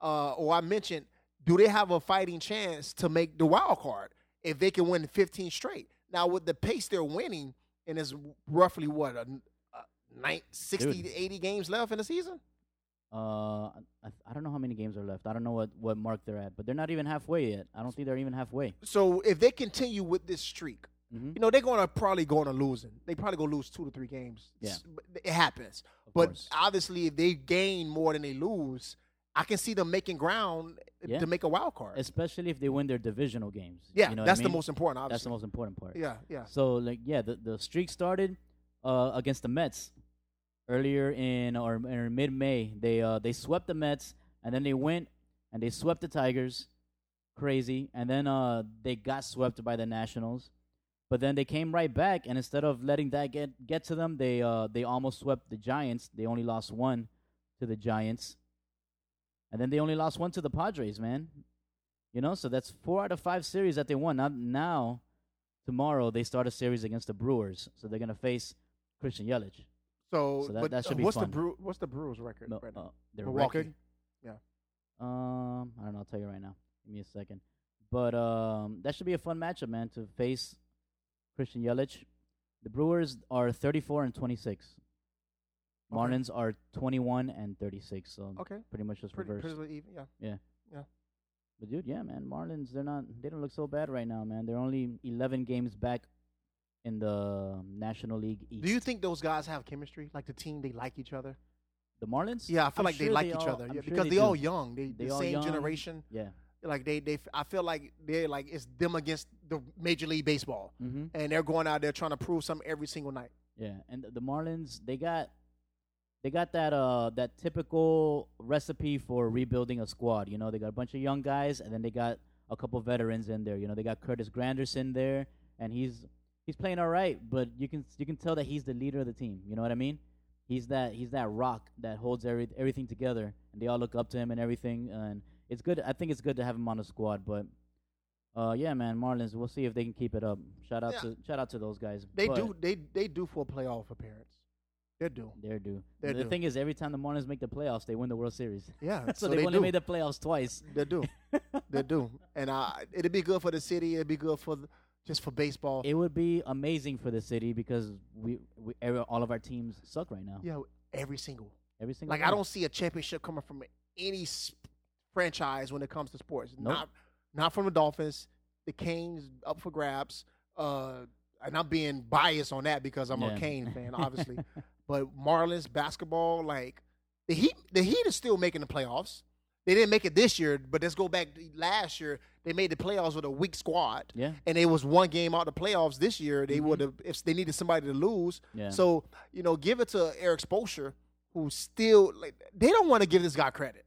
uh, or I mentioned do they have a fighting chance to make the wild card if they can win 15 straight. Now with the pace they're winning and it's roughly what a, a nine, 60 Dude. to 80 games left in the season. uh, I, I don't know how many games are left. I don't know what, what mark they're at, but they're not even halfway yet. I don't think they're even halfway. So if they continue with this streak, Mhm. you know they're gonna probably going to losing. They probably gonna lose two to three games. Yeah. S- but it happens. Of but course. obviously, if they gain more than they lose, I can see them making ground Yeah. to make a wild card. Especially if they win their divisional games. yeah, you know what I that's mean? the most important. Obviously, That's the most important part. Yeah, yeah. So like yeah, the, the streak started uh, against the Mets earlier in or, or mid May. They uh, they swept the Mets and then they went and they swept the Tigers, crazy. And then uh, they got swept by the Nationals, but then they came right back and instead of letting that get get to them, they uh, they almost swept the Giants. They only lost one to the Giants, and then they only lost one to the Padres. Man, you know, so that's four out of five series that they won. Now, now tomorrow they start a series against the Brewers, so they're gonna face Christian Yelich. So, so that- but that should uh, be what's fun. the Brew, what's the Brewers record? No, right uh, now? their Milwaukee. record. Um, I don't know. I'll tell you right now. Give me a second. But um, that should be a fun matchup, man, to face Christian Yelich. The Brewers are 34 and 26. Okay. Marlins are 21 and 36. So Okay, pretty much just pretty reversed. pretty even. Yeah, But dude, yeah, man, Marlins they're not they don't look so bad right now, man. They're only 11 games back in the National League East. do you think those guys have chemistry? Like the team, they like each other. the Marlins? Yeah, I feel I'm like they sure like each all- other I'm yeah, sure because they they all do. young. They, They the all same young. generation. Yeah. like they they I feel like they're like it's them against the Major League Baseball, Mhm. and they're going out there trying to prove something every single night. Yeah, and th- the Marlins they got they got that uh that typical recipe for rebuilding a squad. You know, they got a bunch of young guys, and then they got a couple veterans in there. You know, they got Curtis Granderson there, and he's he's playing all right, but you can you can tell that he's the leader of the team. You know what I mean? He's that he's that rock that holds every, everything together, and they all look up to him and everything. And it's good. I think it's good to have him on the squad, but. Uh yeah man Marlins we'll see if they can keep it up shout out Yeah. to shout out to those guys They but- do they they do for a playoff appearance. They're due. they're due. They're the due. thing is, every time the Marlins make the playoffs, they win the World Series. Yeah, so, they've only made the playoffs twice. They do. They do. And I it'd be good for the city. It'd be good for the, just for baseball. It would be amazing for the city because we, we every, all of our teams suck right now. yeah, every single. Every single Like I one. don't see a championship coming from any s- franchise when it comes to sports. Nope. Not not from the Dolphins, the Canes up for grabs. Uh, and I'm being biased on that because I'm a Yeah. Kane fan, obviously. but Marlins basketball, like the Heat, the Heat is still making the playoffs. They didn't make it this year, but let's go back to last year. They made the playoffs with a weak squad, Yeah, Mm-hmm. and it was one game out the playoffs this year. They would have if they needed somebody to lose. yeah. So you know, give it to Eric Spoelstra, who still like they don't want to give this guy credit.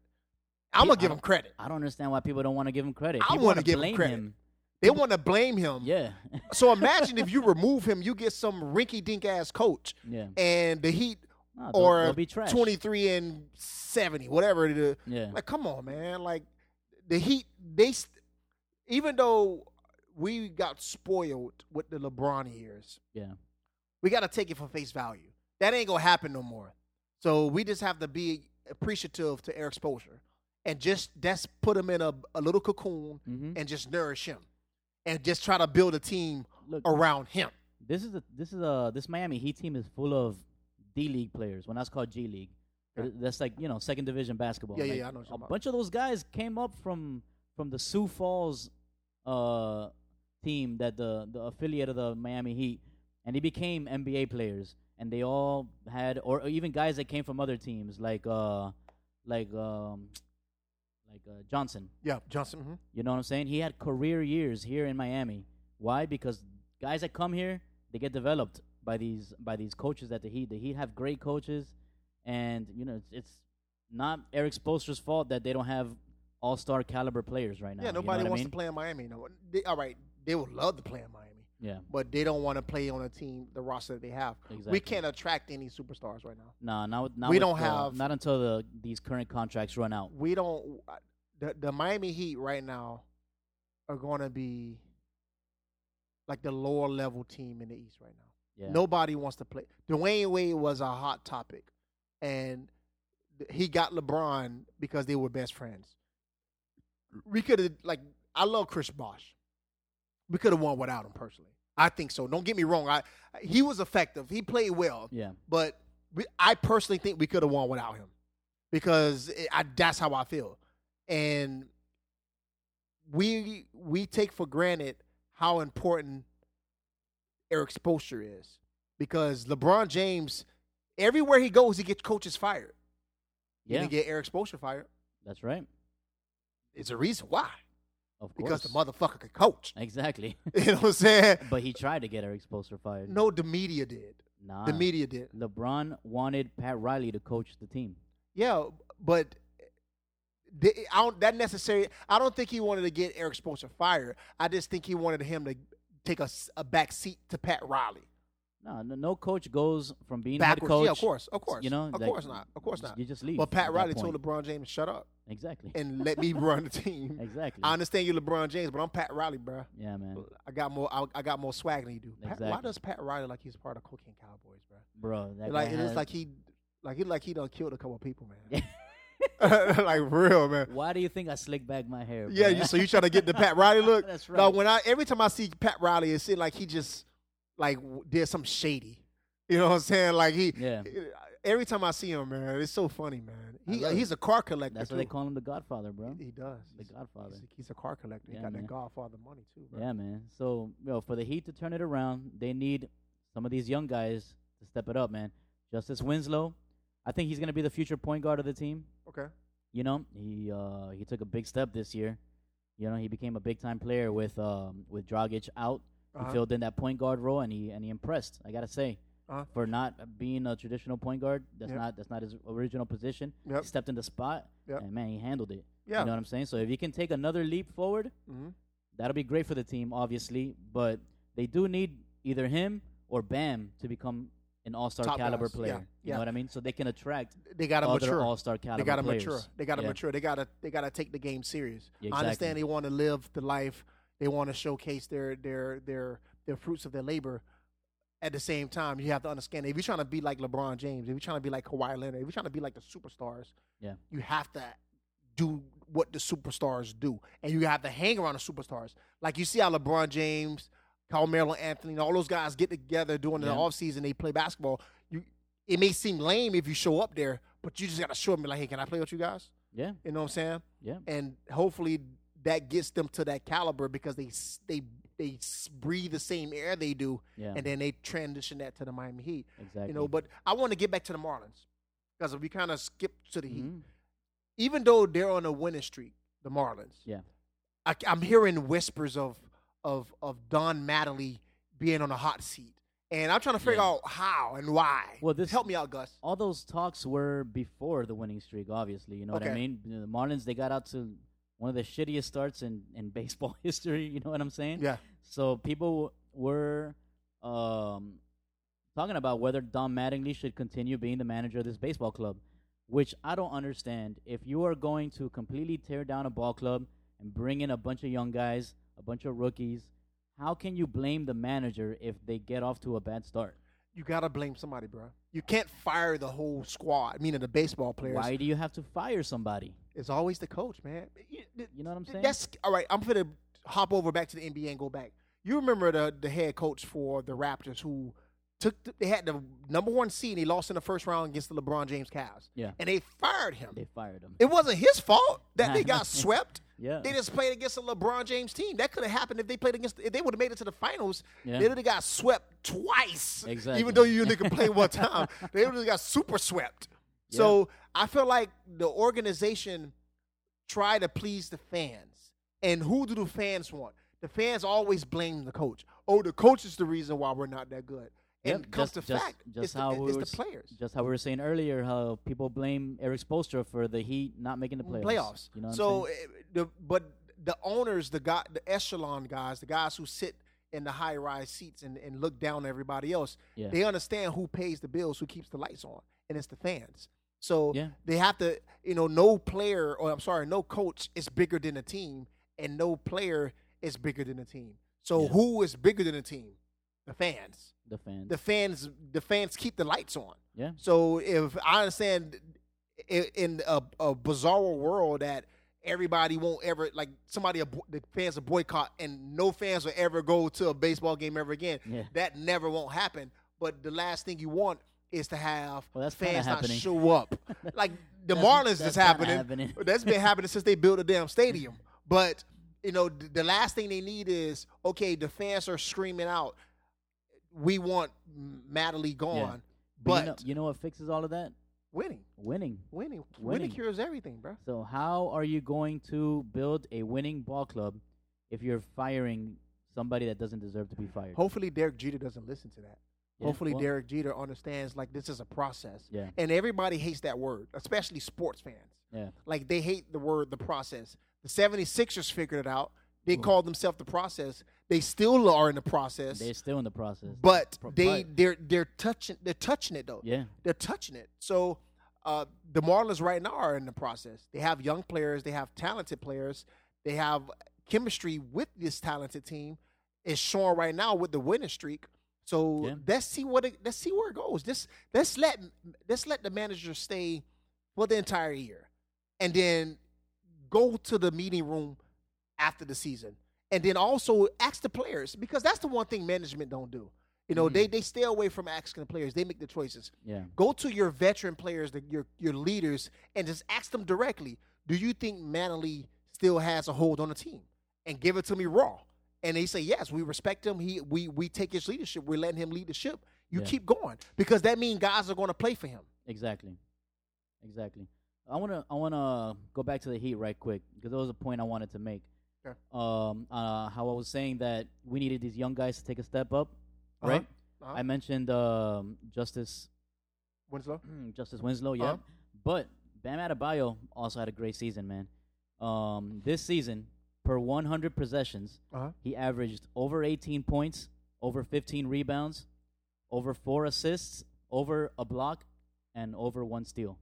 I'm Yeah, gonna I give don't- him credit. I don't understand why people don't want to give him credit. I People wanna wanna give him blame credit. him. They want to blame him. Yeah, So imagine if you remove him, you get some rinky dink ass coach, yeah. and the Heat No, Ah, they'll- or they'll be trash. 23 and 70, whatever it is. Yeah, Like, come on, man. Like, the Heat, they, st- even though we got spoiled with the LeBron years, yeah. we got to take it for face value. That ain't gonna happen no more. So we just have to be appreciative to Eric Spoelstra, and just that's put him in a, a little cocoon hmm and just nourish him, and just try to build a team Look, around him. this is a this is a this Miami Heat team is full of D League players. When I was called G League, Yeah. that's like you know second division basketball. Yeah, yeah, Like, yeah, I know what you're A talking bunch of those guys came up from from the Sioux Falls uh, team that the the affiliate of the Miami Heat, and they became NBA players. And they all had, or or even guys that came from other teams, like uh, like um, like uh, Johnson. Yeah, Johnson. mhm. You know what I'm saying? He had career years here in Miami. Why? Because guys that come here, they get developed by these by these coaches at the Heat. The Heat have great coaches, and you know it's, it's not Eric Spoelstra's fault that they don't have all star caliber players right now. Yeah, You know nobody what I wants mean? to play in Miami. No. They, all right, they would love to play in Miami, Yeah. but they don't want to play on a team the roster that they have. Exactly. We can't attract any superstars right now. No, not with- not We with don't the- have- not until the these current contracts run out. We don't. I- The the Miami Heat right now are going to be like the lower level team in the East right now. Yeah. Nobody wants to play. Dwayne Wade was a hot topic, and th- he got LeBron because they were best friends. We could have like I love Chris Bosh. We could have won without him personally. I think so. Don't get me wrong. I he was effective. He played well, Yeah. but we, I personally think we could have won without him because it, I, that's how I feel, and we we take for granted how important Eric Spoelstra is because LeBron James, everywhere he goes, he gets coaches fired. He Yeah. didn't get Eric Spoelstra fired. That's right. It's a reason why Of course. because the motherfucker could coach. Exactly. You know what I'm saying? but he tried to get Eric Spoelstra fired. No, the media did. Nah. The media did. LeBron wanted Pat Riley to coach the team. Yeah, but the- I don't. That necessary. I don't think he wanted to get Eric Spoelstra fired. I just think he wanted him to take a, s- a back seat to Pat Riley. No, no, no coach goes from being head Backwards. coach. yeah, of course, of course. You know, of like, course not. Of course you- not. You just leave. But at Pat that Riley point. told LeBron James, "Shut up Exactly. and let me run the team." exactly. I understand you, LeBron James, but I'm Pat Riley, bruh. yeah, man, I got more. I, I got more swag than you do. Pat, why Exactly. does Pat Riley like he's part of Cocaine Cowboys, bruh? bro. That Like guy it is has- like he, like he, like he done killed a couple people, man. like real, man. Why do you think I slick back my hair? Yeah, bro? you, so you trying to get the Pat Riley look? That's No, right. when I every time I see Pat Riley, it seems like he just like w- did some shady. You know what I'm saying? Like he. Yeah. Every time I see him, man, it's so funny, man. I He, love he's a car collector. That's too. why they call him the Godfather, bro. He does. The He's- Godfather. He's, a- he's a car collector. he Yeah, got man. that Godfather money too, bro. Yeah, man. So, you know, for the Heat to turn it around, they need some of these young guys to step it up, man. Justice Winslow, I think he's gonna be the future point guard of the team. Okay. You know, he uh, he took a big step this year. You know, he became a big time player with um, with Dragic out. Uh-huh. He filled in that point guard role, and he and he impressed. I gotta say, Uh-huh. for not being a traditional point guard, that's Yep. not that's not his original position. Yep. He stepped in the spot, Yep. and man, he handled it. Yeah. You know what I'm saying? So if he can take another leap forward, Mhm. that'll be great for the team, obviously. But they do need either him or Bam to become an All Star Top caliber guys, yeah, player. You yeah. know what I mean? So they can attract They got to other mature. All Star caliber they got to players. mature. They got to Yeah. mature. They got to they got to take the game serious. Yeah, I understand exactly. they want to live the life. They want to showcase their their their their fruits of their labor. At the same time, you have to understand if you're trying to be like LeBron James, if you're trying to be like Kawhi Leonard, if you're trying to be like the superstars, Yeah. you have to do what the superstars do, and you have to hang around the superstars. Like you see how LeBron James, Carmelo Anthony, and all those guys get together during the Yeah. offseason, they play basketball. You, it may seem lame if you show up there, but you just gotta show them like, hey, can I play with you guys? Yeah, You know what I'm saying? yeah. And hopefully that gets them to that caliber because they s- they they s- breathe the same air they do, Yeah. and then they transition that to the Miami Heat. Exactly. You know, but I want to get back to the Marlins because we kind of skipped to the Heat, Mhm. even though they're on a winning streak, the Marlins. Yeah. I, am hearing whispers of of of Don Mattingly being on a hot seat, and I'm trying to figure Yeah. out how and why. Well, this- help me out, Gus. All those talks were before the winning streak, obviously. You know what I Okay. mean? The Marlins, they got out to one of the shittiest starts in, in baseball history. You know what I'm saying? Yeah, So people were um, talking about whether Don Mattingly should continue being the manager of this baseball club, which I don't understand. If you are going to completely tear down a ball club and bring in a bunch of young guys, a bunch of rookies, how can you blame the manager if they get off to a bad start? you gotta blame somebody, bro. You can't fire the whole squad, meaning the baseball players. Why do you have to fire somebody? It's always the coach, man. You know what I'm saying? That's all right. I'm gonna hop over back to the NBA and go back. You remember the the head coach for the Raptors who took the, they had the number one seed and they lost in the first round against the LeBron James Cavs. Yeah. and they fired him. They fired him. It wasn't his fault that I they know. got swept. Yeah. They just played against a LeBron James team. That could have happened if they played against. If they would have made it to the finals, Yeah. they would have got swept twice. Exactly. Even though you only could play one time, they would have got super swept. Yeah. So I feel like the organization try to please the fans, and who do the fans want? The fans always blame the coach. Oh, the coach is the reason why we're not that good. Yep, And comes to fact, it's, the, we it's the were s- players. Just how we were saying earlier, how people blame Eric Spoelstra for the Heat not making the playoffs. You know what I'm so, saying? eh, the, but the owners, the guy, the echelon guys, the guys who sit in the high rise seats and, and look down at everybody else, Yeah. they understand who pays the bills, who keeps the lights on, and it's the fans. So Yeah. they have to, you know, no player or I'm sorry, no coach is bigger than a team, and no player is bigger than a team. So Yeah. who is bigger than a team? The fans. The fans. The fans. The fans keep the lights on. yeah. So if I understand i- in a, a bizarre world that everybody won't ever like somebody will bo- the fans will boycott and no fans will ever go to a baseball game ever again. Yeah. That never won't happen. But the last thing you want is to have Well, that's kinda fans not happening. show up. Like the That's- Marlins that's is kinda happening. happening. That's been happening since they built a damn stadium. But you know, th- the last thing they need is okay. The fans are screaming out, "We want Madley gone," but But you know, you know what fixes all of that? winning, Winning. winning, Winning. winning cures everything, bro. So how are you going to build a winning ball club if you're firing somebody that doesn't deserve to be fired? Hopefully, Derek Jeter doesn't listen to that. Yeah, Hopefully, well- Derek Jeter understands like this is a process. Yeah. And everybody hates that word, especially sports fans. Yeah. Like they hate the word the process. The 76ers figured it out. They called themselves the process. They still are in the process. They're still in the process. but Pro- they but- they're they're touching they're touching it though. yeah. They're touching it. So uh, the Marlins right now are in the process. They have young players. They have talented players. They have chemistry with this talented team. It's showing right now with the winning streak. So Yeah. let's see what it, let's see where it goes. This let's let let's let the manager stay for the entire year, and then go to the meeting room after the season, and then also ask the players because that's the one thing management don't do. You know, Mm. they they stay away from asking the players. They make the choices Yeah. go to your veteran players, the, your your leaders, and just ask them directly. Do you think Manley still has a hold on the team? And give it to me raw. And they say yes. We respect him. He we we take his leadership. We're letting him lead the ship. You Yeah. keep going because that means guys are going to play for him. Exactly. Exactly. I want to I want to go back to the Heat right quick because that was a point I wanted to make. Sure. Um uh how I was saying that we needed these young guys to take a step up, Uh-huh. right? Uh-huh. I mentioned um Justice Winslow. Hmm, Justice Winslow, yeah. Uh-huh. But Bam Adebayo also had a great season, man. Um this season per 100 possessions, Uh-huh. he averaged over 18 points, over 15 rebounds, over 4 assists, over a block and over one steal.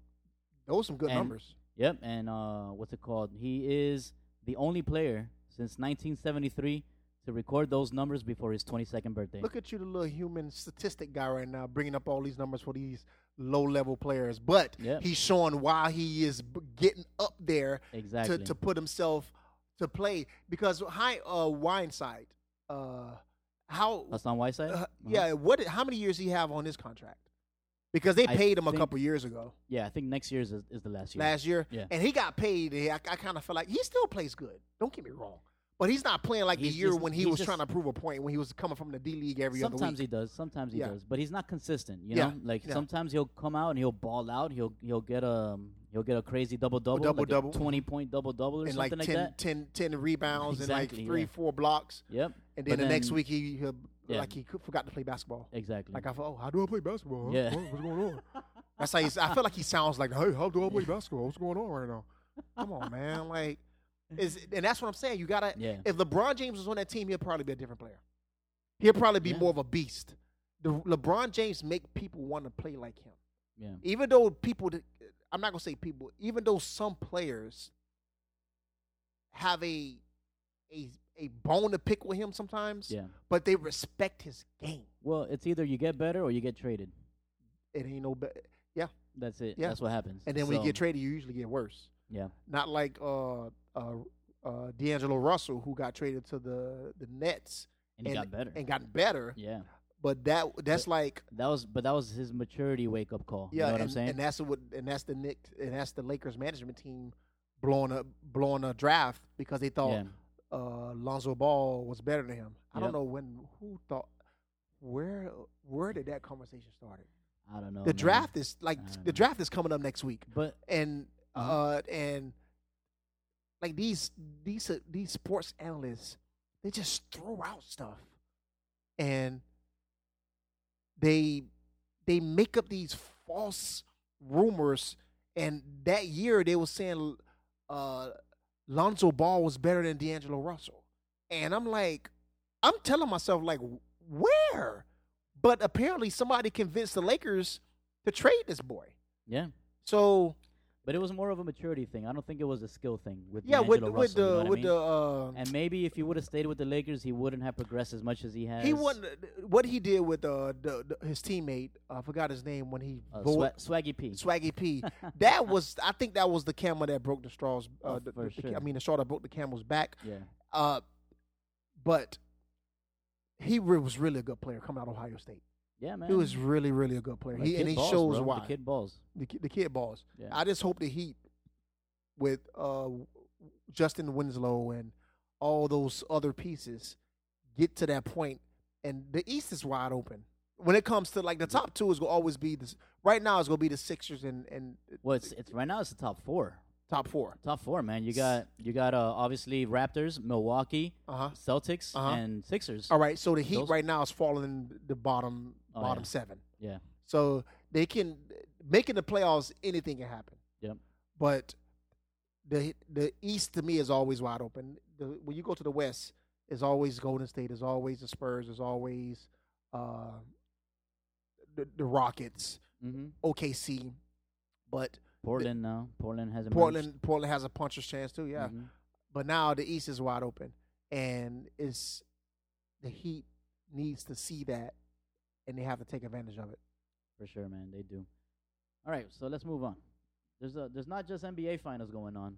Those are some good And- numbers. Yep, and uh, what's it called? He is the only player since 1973 to record those numbers before his 22nd birthday. Look at you, the little human statistic guy right now, bringing up all these numbers for these low level players. But Yeah. he's showing why he is b- getting up there exactly. to, to put himself to play because high uh Wineside, uh how That's on Whiteside. uh, Uh-huh. yeah, what how many years he have on his contract? Because they I paid him a think- couple years ago yeah. I think next year's is, is the last year. last year, Yeah. and he got paid. eh, I, I kind of feel like he still plays good. Don't get me wrong, but he's not playing like He's the year just- when he he's was just- trying to prove a point when he was coming from the D League every other sometimes week. he does. Sometimes he Yeah. does, but he's not consistent. You Yeah, know, like yeah. sometimes he'll come out and he'll ball out. He'll he'll get a he'll get a crazy double double, double-double. twenty point double double or and like, something 10, like that. 10 10 rebounds and Exactly, like three, yeah. four blocks. Yep. And But then the next week he, he Yeah. like he forgot to play basketball. Exactly. Like I thought, oh, how do I play basketball? Huh? Yeah. What- what's going on? That's how he's, I feel like he sounds like, hey, how do I play basketball? What's going on right now? Come on, man. Like, is and that's what I'm saying. You gotta. Yeah. If LeBron James was on that team, he'd probably be a different player. He'd probably be Yeah. more of a beast. The LeBron James make people want to play like him. yeah. Even though people, that- I'm not gonna say people. Even though some players have a a a bone to pick with him sometimes. Yeah. But they respect his game. Well, it's either you get better or you get traded. It ain't no. Be- yeah. That's it. Yeah. That's what happens. And then when you So, get traded, you usually get worse. Yeah. Not like uh, uh, uh, D'Angelo Russell, who got traded to the the Nets And he got better. and got better. Yeah, But that that's like that was, but that was his maturity wake up call. yeah, you know what and, I'm saying? and that's what and that's the Nick and that's the Lakers management team blowing up blowing a draft because they thought yeah, uh, Lonzo Ball was better than him. I Yep. don't know when who thought where where did that conversation started. I don't the know. Oh, man. Uh. draft is like I don't know. the draft is coming up next week. but and Mhm. uh and like these these uh, these sports analysts they just throw out stuff and they they make up these false rumors and that year they were saying uh Lonzo Ball was better than D'Angelo Russell. And I'm like, I'm telling myself, like, where? But apparently somebody convinced the Lakers to trade this boy. Yeah. So But it was more of a maturity thing. I don't think it was a skill thing with yeah, with, D'Angelo with Russell, you know the what I with mean? the uh, and maybe if he would have stayed with the Lakers, he wouldn't have progressed as much as he has. he won what he did with uh, the, the, his teammate. I forgot his name when he Uh, vo- Swa- Swaggy P. Swaggy P. That was, I think, that was the camel that broke the straws. Uh, Oh, the, for the- the- I sure. mean, the straw that broke the camel's back. yeah. Uh, but he re- was really a good player coming out of Ohio State. Yeah, man. He was really, really a good player. The He, kid and he balls, shows bro. why The kid balls. the, ki- the kid balls. Yeah. I just hope the Heat with uh, Justin Winslow and all those other pieces get to that point, and the East is wide open. When it comes to like the top two is gonna always be this. Right now, it's gonna be the Sixers and and Well, it's, it's right now. It's the top four. top four. Top four, man. You got you got uh, obviously Raptors, Milwaukee, Uh huh. Celtics, Uh-huh. and Sixers. All right. So the Heat Those- right now is falling in the bottom Oh, bottom yeah. seven. Yeah. So they can making the playoffs. Anything can happen. Yep. But the the East to me is always wide open. The, when you go to the West, it's always Golden State. It's always the Spurs. It's always uh, the the Rockets, Mm-hmm. OKC. But Portland now. Portland has emerged. Portland Portland has a puncher's chance too. Yeah. Mhm. But now the East is wide open, and it's the Heat needs to see that, and they have to take advantage of it. for sure, man. They do. All right, so let's move on. There's a, there's not just NBA finals going on.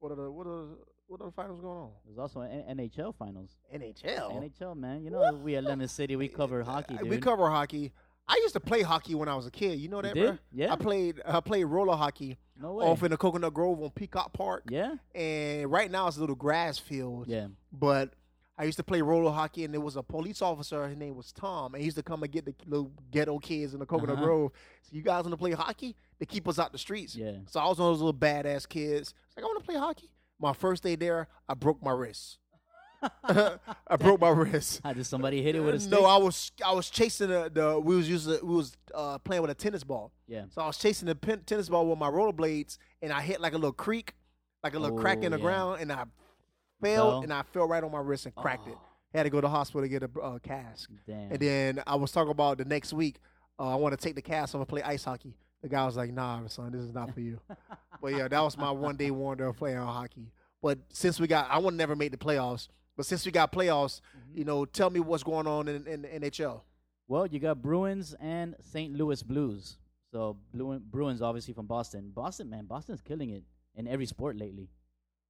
What are the what are the, what are the finals going on? There's also N- NHL finals. NHL. NHL, man. You know we at Lemon City we cover hockey, dude. Oh. Uh, We cover hockey. I used to play hockey when I was a kid. You know that, did? bruh? Yeah. I played I played roller hockey no way. off in the Coconut Grove on Peacock Park, yeah, and right now it's a little grass field. yeah. But I used to play roller hockey, and there was a police officer. His name was Tom, and he used to come and get the little ghetto kids in the Coconut Uh-huh. Grove. So you guys want to play hockey? They keep us out the streets. Yeah. So I was one of those little badass kids. It's like I want to play hockey. My first day there, I broke my wrist. I broke my wrist. How did somebody hit it with a stick? No, I was I was chasing the, the we was using we was uh, playing with a tennis ball. yeah. So I was chasing the pin, tennis ball with my rollerblades, and I hit like a little creek, like a little crack Oh, in the yeah. ground, and I fell fell? and I fell right on my wrist and cracked Oh. it. I had to go to the hospital to get a uh, cast. Damn. And then I was talking about the next week. Uh, I want to take the cast. I'm gonna play ice hockey. The guy was like, "Nah, son, this is not for you." but yeah, that was my one day wonder of playing hockey. But since we got, I would never made the playoffs. But since we got playoffs, Mm-hmm. you know, tell me what's going on in, in the NHL. Well, you got Bruins and St. Louis Blues. So Blue- Bruins, obviously from Boston. Boston, man, Boston's killing it in every sport lately.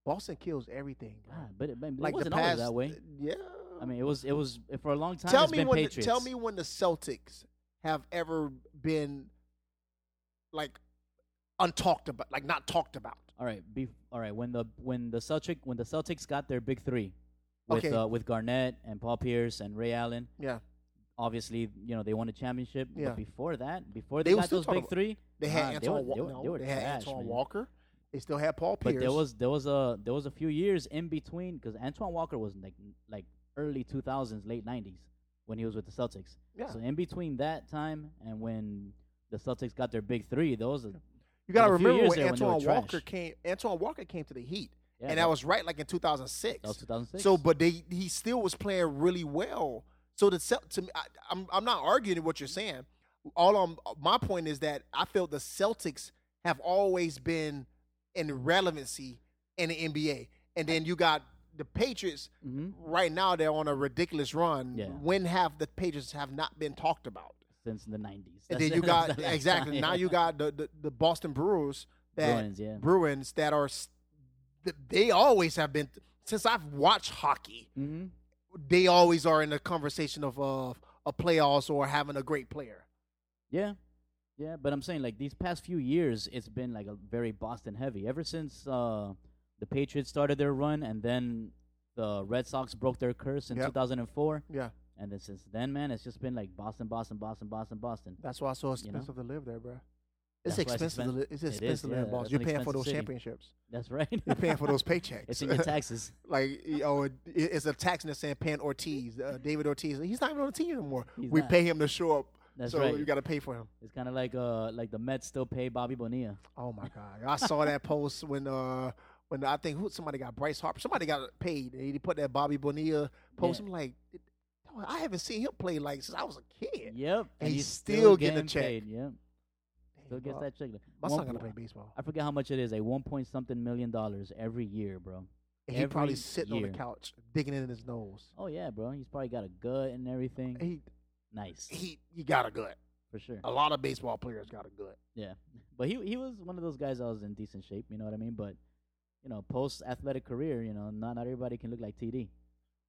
Boston kills everything. bro. God, but it, but it Like wasn't the past, always that way. Yeah. I mean, it was it was for a long time. tell it's me been when. The, Patriots. tell me when the Celtics have ever been like untalked about, like not talked about. All right, be, all right. When the when the Celtic when the Celtics got their big three, with Okay. uh, with Garnett and Paul Pierce and Ray Allen, Yeah. obviously you know they won a championship. Yeah. But before that, before They they, were got still those talking big about- three, They had nah, Anton. they were, Wa- they were, no, they were had trash, Anton man. Walker. They still had Paul Pierce. But there was there was a there was a few years in between because Antoine Walker was like like early two thousands, late nineties when he was with the Celtics. Yeah. So in between that time and when the Celtics got their big three, those are, you got to there was a few remember years when there when they were Antoine trash. Walker came. Antoine Walker came to the Heat, Yeah, and that- that was right like in 2006. that was two thousand six. So, but they he still was playing really well. So the Cel- to me, I, I'm I'm not arguing what you're saying. All I'm my point is that I feel the Celtics have always been in relevancy in the NBA, and then you got the Patriots. Mhm. Right now, they're on a ridiculous run. Yeah. When have the Patriots have not been talked about? since the nineties. And then you got exactly now you got the, the, the Boston Brewers that Bruins, yeah. Bruins that are s- th- they always have been since I've watched hockey hmm they always are in the conversation of uh, a playoffs or having a great player. Yeah, yeah, but I'm saying like these past few years, it's been like a very Boston heavy. Ever since uh, the Patriots started their run, and then the Red Sox broke their curse in Yep. 2004, Yeah, and then since then, man, it's just been like Boston, Boston, Boston, Boston, Boston. that's why it's so You know? expensive to live there, bro. It's That's why it's expensive. to expen- li- it's it is, expensive to live in yeah, Boston. that's You're an paying for expensive those city. championships. That's right. You're paying for those paychecks. it's in your taxes. like oh, it's a tax that's saying paying Ortiz, uh, David Ortiz. He's not even on the team anymore. He's we not. pay him to show up, That's so right. you got to pay for him. It's kind of like uh like the Mets still pay Bobby Bonilla. Oh my god, I saw that post when uh When I think who somebody got Bryce Harper, somebody got paid. And he put that Bobby Bonilla post. Yeah. I'm like, "Dog, I haven't seen him play like since I was a kid. Yep. And he's still getting a check. paid, Yep. Still gets Dog, that check. My One son gonna po- play baseball. I forget how much it is. A one point something million dollars every year, bro. And he probably every sitting on year. the couch digging in his nose. Oh yeah, bro. He's probably got a gut and everything. He nice he he got a gut. for sure. A lot of baseball players got a gut. Yeah, but he he was one of those guys that was in decent shape. You know what I mean? But you know, post athletic career, you know, not not everybody can look like TD.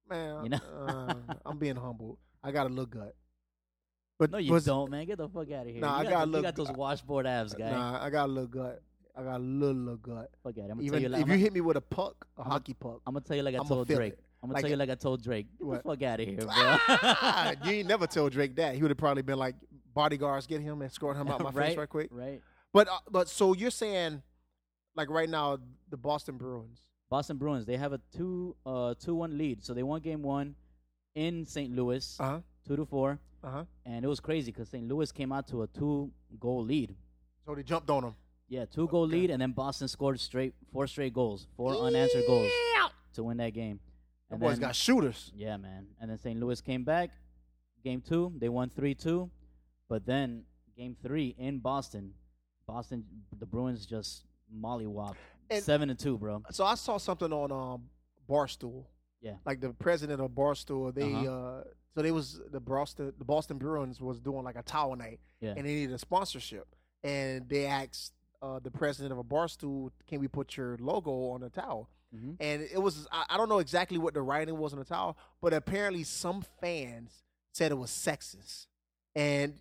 Man, You know? uh, I'm being humble. I got a little gut. But No, you but- don't, man. Get the fuck out of here. Nah, you I got a th- little- You got those washboard abs, guy. Nah, I got a little gut. I got a little little gut. Fuck out. I'm gonna Even tell you. if Like, you I'm, Uh-huh. hit me with a puck, a hockey puck, I'm gonna tell you like I I'ma told feel Drake. it. I'm gonna Like tell you it- like I told Drake. Get What? the fuck out of here, bro. Ah, you ain't never told Drake that. He would have probably been like, bodyguards, get him, escort him out my face right, right quick. Right. But uh, but so you're saying, like right now, the Boston Bruins. Boston Bruins. They have a two uh two one lead, so they won game one in St. Louis, Uh huh. two to four, Uh huh. and it was crazy because St. Louis came out to a two goal lead. So they jumped on him. Yeah, two goal lead, and then Boston scored straight four straight goals, four unanswered goals to win that game. The And boys then- got shooters. yeah, man. And then St. Louis came back, game two, they won three two, but then game three in Boston, Boston the Bruins just mollywopped And- seven to two, bro. So I saw something on um, Barstool. Yeah. Like the president of Barstool, they uh Uh-huh. so they was the Boston the Boston Bruins was doing like a towel night, Yeah. and they needed a sponsorship, and they asked uh, the president of a Barstool, "Can we put your logo on the towel?" Mhm. And it was I, I don't know exactly what the writing was on the towel, but apparently some fans said it was sexist, and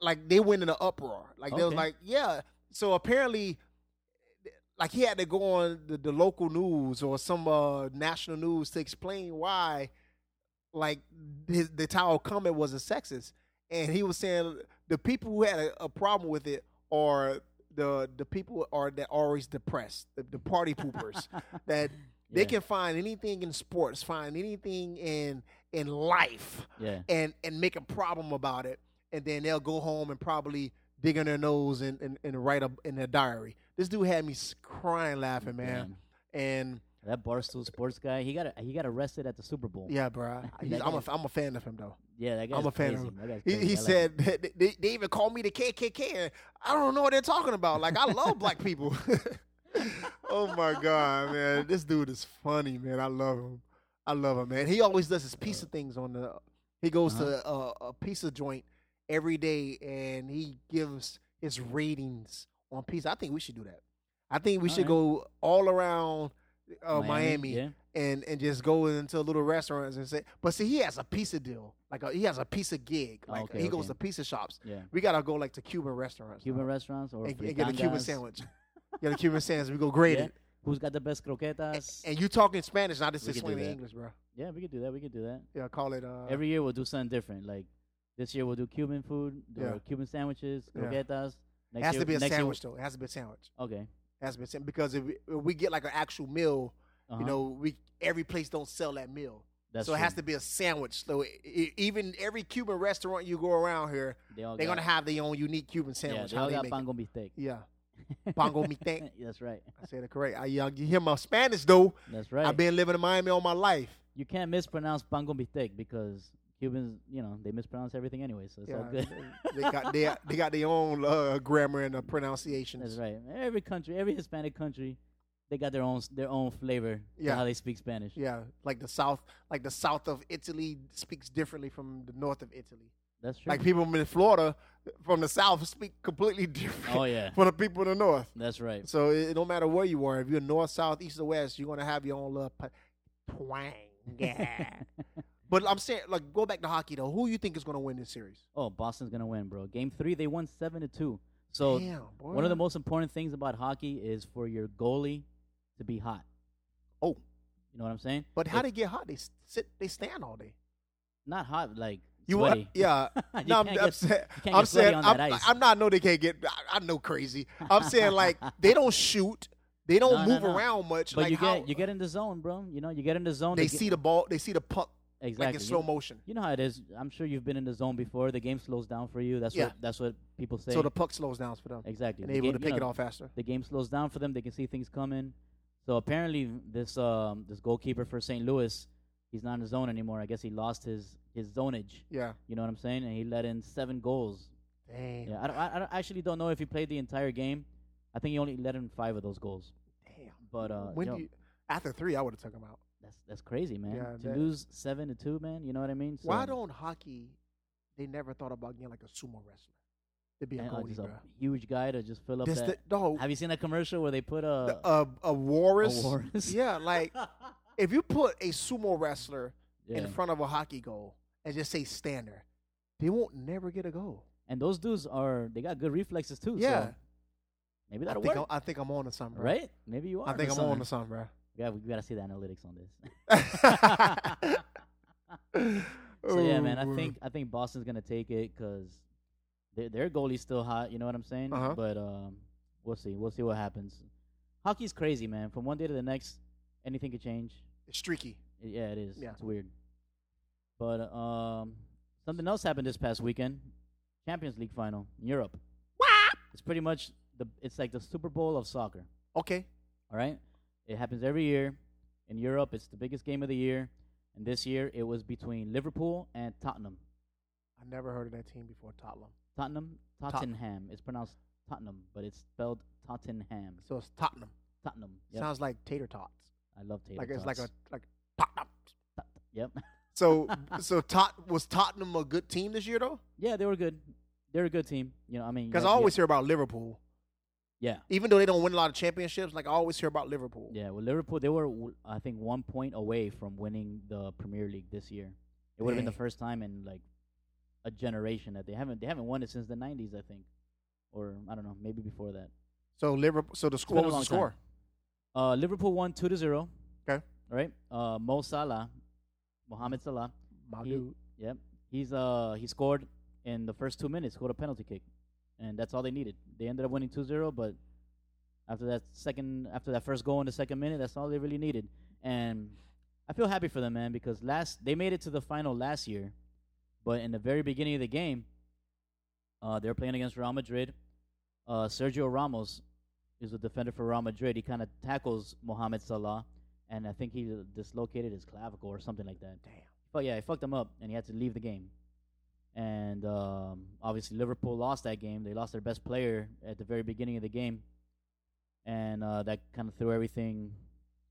like they went in an uproar. Like they was Okay. like, "Yeah." So apparently like he had to go on the, the local news or some uh, national news to explain why like his, the towel comment was a sexist and he was saying the people who had a, a problem with it are the the people are that always depressed the, the party poopers that they Yeah. can find anything in sports find anything in in life Yeah. and and make a problem about it, and then they'll go home and probably dig in their nose and and, and write up in their diary. This dude had me s- crying laughing, man. Damn. And That Barstool sports guy, he got he got arrested at the Super Bowl. yeah, bro, he's, I'm a I'm a fan of him though. Yeah, that guy's I'm a fan crazy. of him. That guy's He, crazy. he I like said that they, they even called me the KKK. And I don't know what they're talking about. Like I love black people. oh my god, man, this dude is funny, man. I love him. I love him, man. He always does his pizza things on the. He goes to Uh-huh. a, a pizza joint every day, and he gives his ratings on pizza. I think we should do that. I think we All should right. go all around uh, Miami, Miami, yeah. and and just go into little restaurants and say. But see, he has a pizza deal. Like a, he has a pizza gig. Oh, Like okay, he goes okay. to pizza shops. Yeah. We gotta go like to Cuban restaurants. Cuban dog, restaurants or Uh, and, and get a Cuban fritangas. sandwich. get a Cuban sandwich. We go grade Yeah. it. Who's got the best croquetas? And you talking Spanish? Not just We could do explaining that. English, bro. yeah, we could do that. We could do that. Yeah, call it. Uh, Every year we'll do something different. Like this year we'll do Cuban food, do Yeah. Cuban sandwiches, Yeah. croquetas. it Next has year, to be a next year- sandwich though. It has to be a sandwich. okay. It has to be a sandwich because if we, if we get like an actual meal, uh you know, we every place don't sell that meal. That's so it has true. to be a sandwich. So e- e- even every Cuban restaurant you go around here, They all they're got, gonna have their own unique Cuban sandwich. Yeah, how they they all make got pan con bistec. it. Yeah, pango mi tank. That's right. I said it correct. I, y'all, you hear my Spanish though. That's right. I've been living in Miami all my life. you can't mispronounce pan con bistec because Cubans, you know, they mispronounce everything anyway, so it's all Yeah, good. they got they, they got their own uh, grammar and uh, pronunciations. That's right. Every country, every Hispanic country, they got their own their own flavor Yeah. to how they speak Spanish. Yeah, like the south, like the south of Italy speaks differently from the north of Italy. That's true. Like people in Florida from the south speak completely different Oh, yeah. from the people in the north. That's right. So it, it don't matter where you are, if you're north, south, east, or west, you're gonna have your own little pa- twang. Yeah. but I'm saying, like, go back to hockey though. Who you think is gonna win this series? Oh, Boston's gonna win, bro. Game three, they won seven to two. So Damn, boy. one of the most important things about hockey is for your goalie to be hot. Oh, You know what I'm saying? but how Like, they get hot? They s- sit, they stand all day. not hot like You sweaty. uh, yeah. You no, I'm, can't I'm get- saying, you can't I'm get sweaty saying, on I'm, that ice. I'm not. I know they can't get. I, I know crazy. I'm saying like they don't shoot. They don't No, no, move no. around much. But like you how, get you get in the zone, bro. You know you get in the zone. They the ga- see the ball. They see the puck exactly like in slow motion. You know how it is. I'm sure you've been in the zone before. The game slows down for you. That's Yeah. what that's what people say. So the puck slows down for them. exactly. And The they're able game- to you pick it know, off faster. The game slows down for them. They can see things coming. So apparently, this um, this goalkeeper for St. Louis, he's not in the zone anymore. I guess he lost his his zonage. Yeah. You know what I'm saying? And he let in seven goals. Damn. Yeah, I, don't, I, I don't- actually don't know if he played the entire game. I think he only let in five of those goals. Damn. But uh, when yo, do you, after three, I would have took him out. that's that's crazy, man. Yeah, to that- lose seven to two, man. You know what I mean? So, Why don't hockey? They never thought about getting like a sumo wrestler to be a and, uh, goalie, just a bro. huge guy to just fill up This the that. dog. Have you seen that commercial where they put uh, a? a a Warris. Warris. Yeah, like if you put a sumo wrestler Yeah. in front of a hockey goal and just say stander, they won't never get a goal. and those dudes are they got good reflexes too. Yeah. so maybe I that'll think work, I'm, I think I'm on to something, bro. right? Maybe you are. I think I'm onto on to something, something. bro. Yeah, we gotta see the analytics on this. So so yeah, man, I think I think Boston's gonna take it because their their goalie's still hot. You know what I'm saying? Uh-huh. But um, we'll see. We'll see what happens. Hockey's crazy, man. From one day to the next, anything could change. it's streaky. I- yeah, it is. Yeah. It's weird. But um, something else happened this past weekend. Champions League final in Europe. It's pretty much the it's like the Super Bowl of soccer. Okay, All right. It happens every year. In Europe, it's the biggest game of the year. And this year, it was between Liverpool and Tottenham. I never heard of that team before, Tottenham. Tottenham? Tottenham. It's pronounced Tottenham, but it's spelled Tottenham. So it's Tottenham. Tottenham. Yep. Sounds like tater tots. I love tater like it's like a tots. like Tottenham. Tot- Yep. So so Tot was Tottenham a good team this year though? yeah, they were good. They're a good team. You know, I mean, Because yeah, I always hear about Liverpool, yeah, even though they don't win a lot of championships. Like I always hear about Liverpool. yeah. Well, Liverpool, they were w- I think one point away from winning the Premier League this year. It would have been the Dang. first time in like a generation that they haven't they haven't won it since the '90s, I think, or I don't know, maybe before that. So Liverpool. So the score been a was the long score. time. Uh, Liverpool won two to zero. 'Kay. All right. Uh, Mo Salah, Mohamed Salah. My he- dude. Yep. He's uh he scored in the first two minutes, scored a penalty kick, and that's all they needed. They ended up winning 2-0, but after that second, after that first goal in the second minute, that's all they really needed. And I feel happy for them, man, because last they made it to the final last year, but in the very beginning of the game, uh, they were playing against Real Madrid. Uh, Sergio Ramos is a defender for Real Madrid. He kind of tackles Mohamed Salah, and I think he dislocated his clavicle or something like that. Damn. But yeah, he fucked him up, and he had to leave the game. And um, obviously, Liverpool lost that game. They lost their best player at the very beginning of the game, and uh, that kind of threw everything.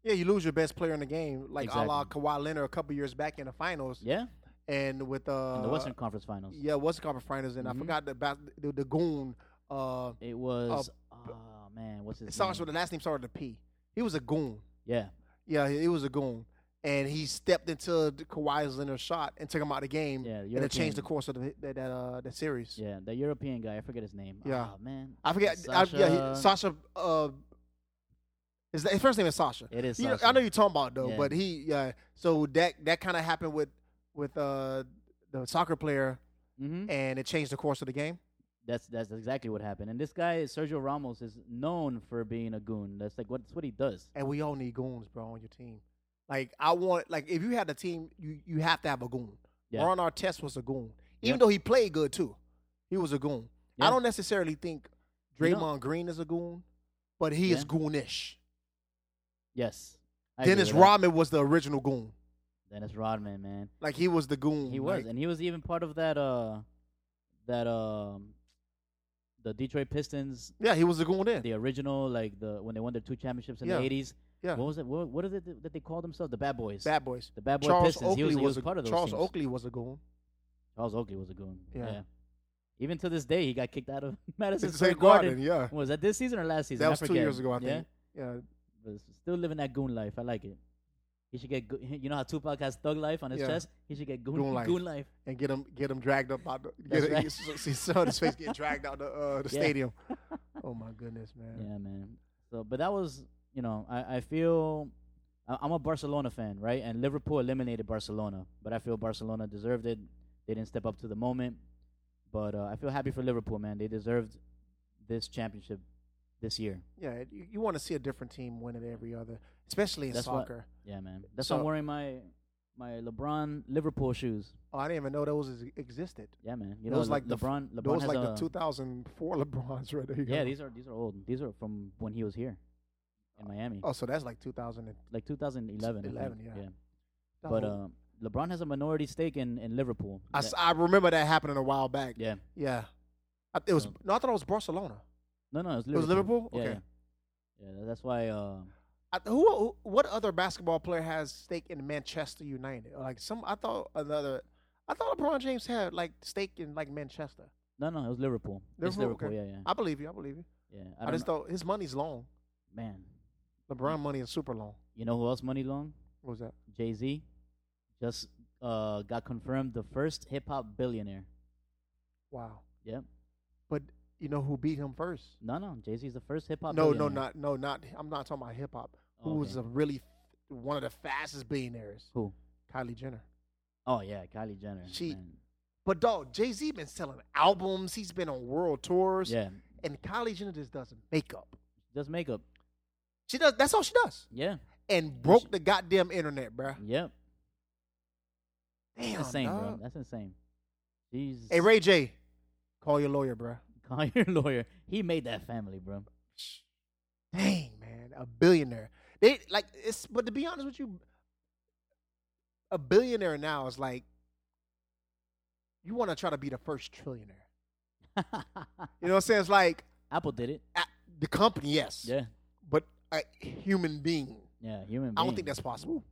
Yeah, you lose your best player in the game, like a la Exactly. Kawhi Leonard a couple years back in the finals, Yeah, and with uh, in the Western Conference Finals, yeah, Western Conference Finals, and Mhm. I forgot the, about the, the goon. Uh, it was. oh man, what's it his starts with name? the last name started with a P. He was a goon. Yeah, Yeah, he he was a goon, and he stepped into the Kawhi Leonard's shot and took him out of the game, Yeah, and it changed the European- course of the, that that, uh, that series. yeah, that European guy. I forget his name. Yeah. Ah, man, I forget. I, yeah, he, Sasha. Uh, his, his first name is Sasha. It is You know- I Sasha. know you're talking about though, Yeah. but he. Yeah. So that that kind of happened with with uh the soccer player, hmm and it changed the course of the game. That's that's exactly what happened. And this guy, Sergio Ramos, is known for being a goon. That's like what that's what he does. And we all need goons, bro, on your team. Like I want, like if you had a team, you you have to have a goon. Yeah. Ron Artest was a goon, even Yep. though he played good too. He was a goon. Yeah. I don't necessarily think You know- Draymond Green is a goon, but he is Yeah. goonish. Yes. I agree Dennis with that. Rodman was the original goon. Dennis Rodman, man. Like he was the goon. He was, like- and he was even part of that uh that um the Detroit Pistons, Yeah, he was a goon then. the original like the when they won their two championships in Yeah. the eighties. Yeah. What was it? What, what is it th- that they called themselves? The Bad Boys. Bad boys. the Bad Boy Charles Pistons. Oakley he was, he was a, part of those. Charles teams. Oakley was a goon. Charles Oakley was a goon. Yeah. Yeah. Even to this day, he got kicked out of Madison It's Square like Garden, Garden. yeah. Was that this season or last season? That I was two forget. years ago, I Yeah? think. Yeah. But s- still living that goon life. I like it. He should get. go- You know how Tupac has thug life on his Yeah. chest. He should get goon, Goon life. life. Goon life. And get him get him dragged up out the That's get right. right. see some of his face getting dragged out the uh, the Yeah. stadium. Oh my goodness, man. Yeah, man. So, but that was, you know, I, I feel I, I'm a Barcelona fan, right? And Liverpool eliminated Barcelona, but I feel Barcelona deserved it. They didn't step up to the moment, but uh, I feel happy for Liverpool, man. They deserved this championship this year. Yeah, you, you want to see a different team win it every other, especially in That's what- soccer. Yeah, man. That's why I'm So- wearing my my LeBron Liverpool shoes. Oh, I didn't even know those is- existed. Yeah, man. You know, those Le- like the f- LeBron. LeBron those has like a, the 2004 LeBrons, right there. You Yeah, go. these are these are old. These are from when he was here. in Miami, Oh, so that's like 2000. And, like 2011. I think. 11, yeah. But um, LeBron has a minority stake in, in Liverpool. I, That- s- I remember that happening a while back. yeah. Yeah. I, it was Um, no, I thought it was Barcelona. No, no, it's It was Liverpool. Liverpool. Yeah, okay. Yeah, Yeah, that's why. Uh, I, who, who? What other basketball player has stake in Manchester United? Like some, I thought another. I thought LeBron James had like stake in like Manchester. no, no, it was Liverpool. It's Liverpool, Liverpool. okay. Yeah, yeah, I believe you. I believe you. yeah. I, don't just know- thought his money's long. man, LeBron money is super long. you know who else money long? What was that? Jay Z, just uh got confirmed the first hip hop billionaire. Wow. Yep. But you know who beat him first? No, no, Jay Z is the first hip hop. No, no, not no, not. I'm not talking about hip hop. Who was Okay. a really one of the fastest billionaires? Who? Kylie Jenner. Oh yeah, Kylie Jenner. She- man. But dog, Jay Z been selling albums. He's been on world tours. Yeah, And Kylie Jenner just does makeup. just makeup. She does. That's all she does. Yeah, And broke the goddamn internet, bruh. yep. Damn, That's insane, bro. dog. That's insane. He's Hey Ray J, call your lawyer, bruh. call your lawyer. He made that family, bro. Dang, man, a billionaire. They like it's. But to be honest with you, a billionaire now is like you want to try to be the first trillionaire. You know what I'm saying? It's like Apple did it. uh, the company, yes, Yeah, but a human being. yeah. Human. I don't being. think that's possible.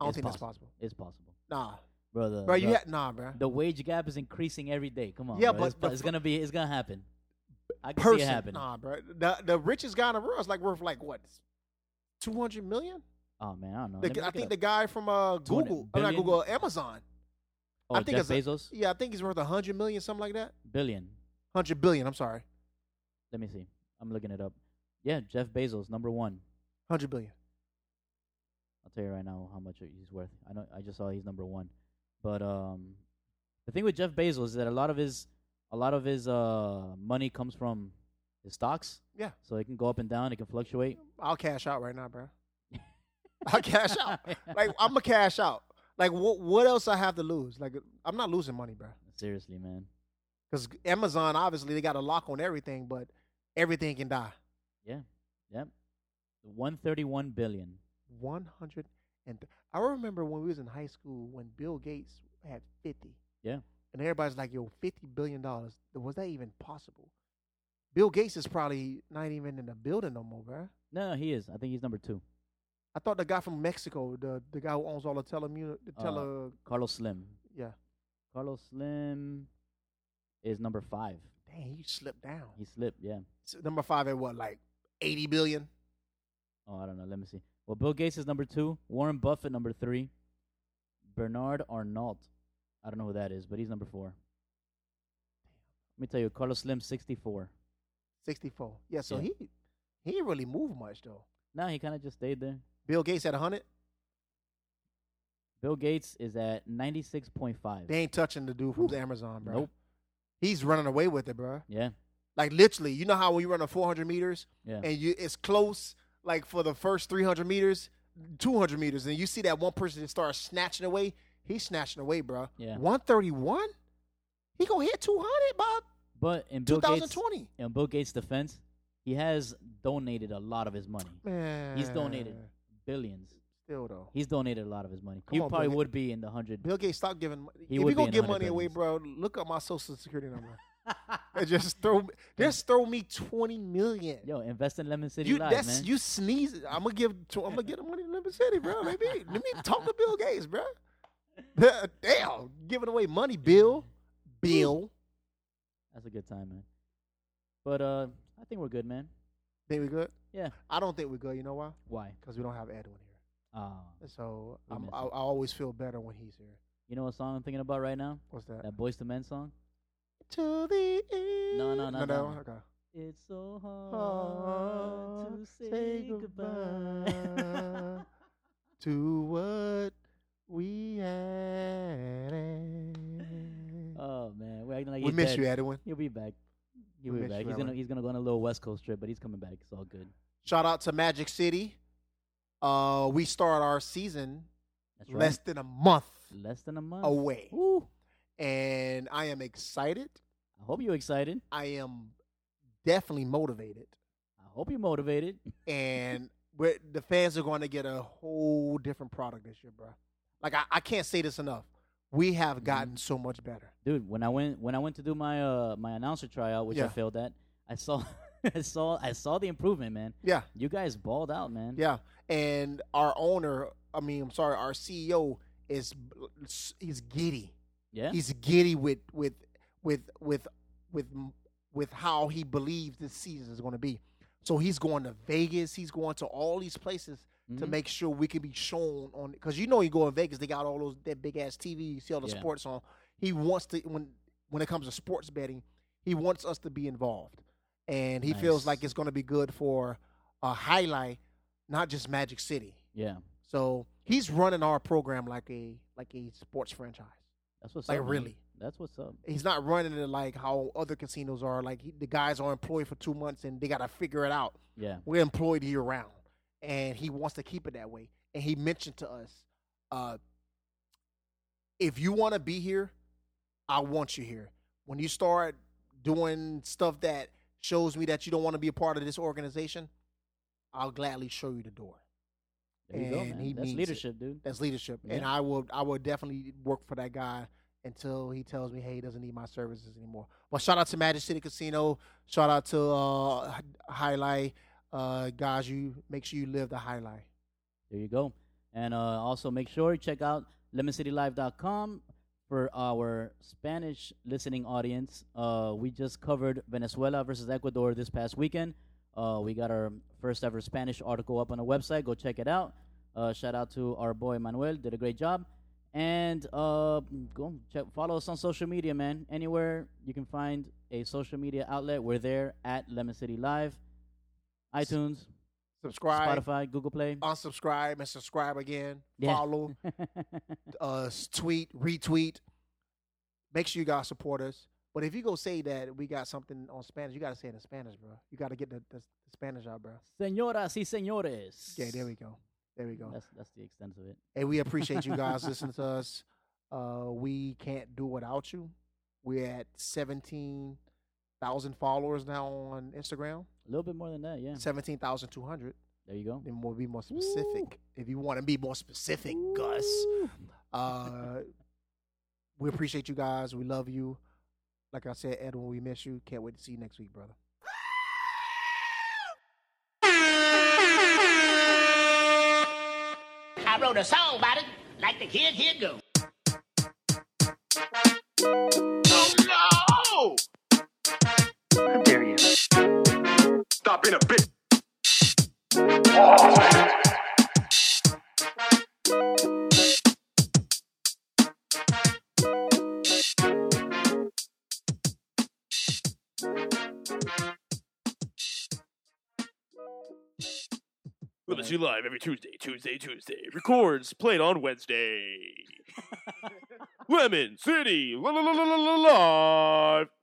I don't It's think It's possible, Uh, that's possible. Nah, brother. bro, you the, had nah, bro. the wage gap is increasing every day. Come on. Yeah, bro. but it's, po- the it's fu- gonna be. It's gonna happen. I can Person, see it happen. nah, bro. The the richest guy in the world is like worth like what, two hundred million? Oh man, I don't know. The Let g- me I look it think up. the guy from uh, Two Google, hundred uh, not billion? Google, Amazon. oh, I think Jeff it's Bezos Yeah, I think he's worth a hundred million, something like that. billion. Hundred billion. I'm sorry, Let me see. I'm looking it up. Yeah, Jeff Bezos number one. hundred billion. I'll tell you right now how much he's worth. I know I just saw he's number one, but um, the thing with Jeff Bezos is that a lot of his a lot of his uh money comes from his stocks, Yeah, so it can go up and down. It can fluctuate. I'll cash out right now, bro. I'll cash out. Like I'm gonna cash out. Like what? What else I have to lose? Like I'm not losing money, bro. Seriously, man. Because Amazon, obviously, they got a lock on everything, but everything can die. Yeah, yep. One thirty-one billion. One hundred and th- I remember when we was in high school when Bill Gates had fifty. Yeah. and everybody's like, "Yo, fifty billion dollars? Was that even possible?" Bill Gates is probably not even in the building no more, bro. No, no, he is. I think he's number two. I thought the guy from Mexico, the the guy who owns all the telemuni- the Uh, tele, Carlos Slim. yeah. Carlos Slim is number five. Dang, he slipped down. He slipped. Yeah. So number five at what, like eighty billion? Oh, I don't know. Let me see. Well, Bill Gates is number two. Warren Buffett number three. Bernard Arnault. I don't know who that is, but he's number four. Let me tell you, Carlos Slim sixty four. Sixty four. Yeah, so Yeah. he he didn't really move much though. No, he kind of just stayed there. Bill Gates at hundred. Bill Gates is at ninety six point five. They ain't touching the dude from Amazon, bro. Nope. He's running away with it, bro. Yeah. Like literally, you know how when you run a four hundred meters Yeah. and you it's close, like for the first three hundred meters, two hundred meters, and you see that one person that starts snatching away. He's snatching away, bro. Yeah. One thirty one. He gonna hit two hundred by But in two Bill thousand Gates, twenty. in Bill Gates' defense, he has donated a lot of his money. Man, He's donated billions. Still though. He's donated a lot of his money. Come he on, Bill probably Gates. would be in the hundred. Bill Gates, stop giving. mo- He if you would be gonna in give 100 money away, bro, look up my social security number. and just throw, just throw me twenty million. Yo, invest in Lemon City you, Live, that's man. you sneeze. I'm gonna give. To, I'm gonna get the money to Limber City, bro. Let me let me talk to Bill Gates, bro. Damn, giving away money, Bill. Bill. That's a good time, man. But uh, I think we're good, man. Think we good? Yeah. I don't think we're good. You know why? Why? Because we don't have Edwin here. Uh, So We I'm, miss I, him. I always feel better when he's here. you know what song I'm thinking about right now? What's that? That Boys to Men song. To the end. No, no, no. no, no, that no. one? Okay. It's so hard hard to say goodbye. to what we had. oh man, we're acting like we he's miss dead. you, Edwin. He'll be back. He'll We be miss back. you, He's gonna Edwin. he's gonna go on a little West Coast trip, but he's coming back. It's all good. Shout out to Magic City. Uh, we start our season That's right. less than a month Less than a month. away, Woo. and I am excited. I hope you're excited. I am definitely motivated, I hope you're motivated. and But the fans are going to get a whole different product this year, bro. Like I, I can't say this enough. We Mm-hmm. have gotten so much better. dude. When I went when I went to do my uh my announcer tryout, which I Yeah. failed at, I saw I saw I saw the improvement, man. Yeah, You guys balled out, man. yeah. And our owner, I mean, I'm sorry, our CEO is he's giddy. yeah. He's giddy with with with with with with how he believes this season is going to be. So he's going to Vegas. He's going to all these places to Mhm. make sure we can be shown on because you know you go in Vegas, they got all those that big ass TV, you see all the Yeah. sports on. He wants to when when it comes to sports betting, he wants us to be involved, and he feels Nice. like it's going to be good for a highlight, not just Magic City. yeah. So he's running our program like a like a sports franchise. That's what's Like, up. man. really. That's what's up. He's not running it like how other casinos are. Like he, the guys are employed for two months and they got to figure it out Yeah. we're employed year round, and he wants to keep it that way. And he mentioned to us, uh, if you want to be here, I want you here. When you start doing stuff that shows me that you don't want to be a part of this organization, I'll gladly show you the door. There you go, And man. he That's means it. leadership, dude. That's leadership, and Yeah. I will I will definitely work for that guy until he tells me, hey, he doesn't need my services anymore. But shout out to Magic City Casino. Shout out to uh, Hi- Highlight uh, guys. You make sure you live the highlight. There you go. And uh, also make sure you check out lemoncitylive.com for our Spanish listening audience. Uh, we just covered Venezuela versus Ecuador this past weekend. Uh, we got our first ever Spanish article up on the website. Go check it out. Uh, shout out to our boy Manuel, did a great job. And uh, go check, follow us on social media, man. Anywhere you can find a social media outlet, we're there at Lemon City Live, iTunes, Subscribe, Spotify, Google Play. unsubscribe, and subscribe again. Yeah. Follow, uh, s- tweet, retweet. Make sure you guys support us. But if you go say that we got something on Spanish, you got to say it in Spanish, bro. You got to get the, the, the Spanish out, bro. Señoras y señores. Okay, there we go. There we go. That's that's the extent of it. Hey, we appreciate you guys listening to us. Uh, we can't do without you. We're at 17,000 followers now on Instagram, A little bit more than that, yeah. 17,200. There you go. Then we'll be more specific. If you want to be more specific, Gus, uh, we appreciate you guys. We love you. Like I said, Edwin, we miss you. Can't wait to see you next week, brother. I wrote a song about it, like the kid here go. Oh How dare you? no! Stop being a bitch. Listen to you live every Tuesday, Tuesday, Tuesday. Records played on Wednesday. Lemon City la la la la la la live.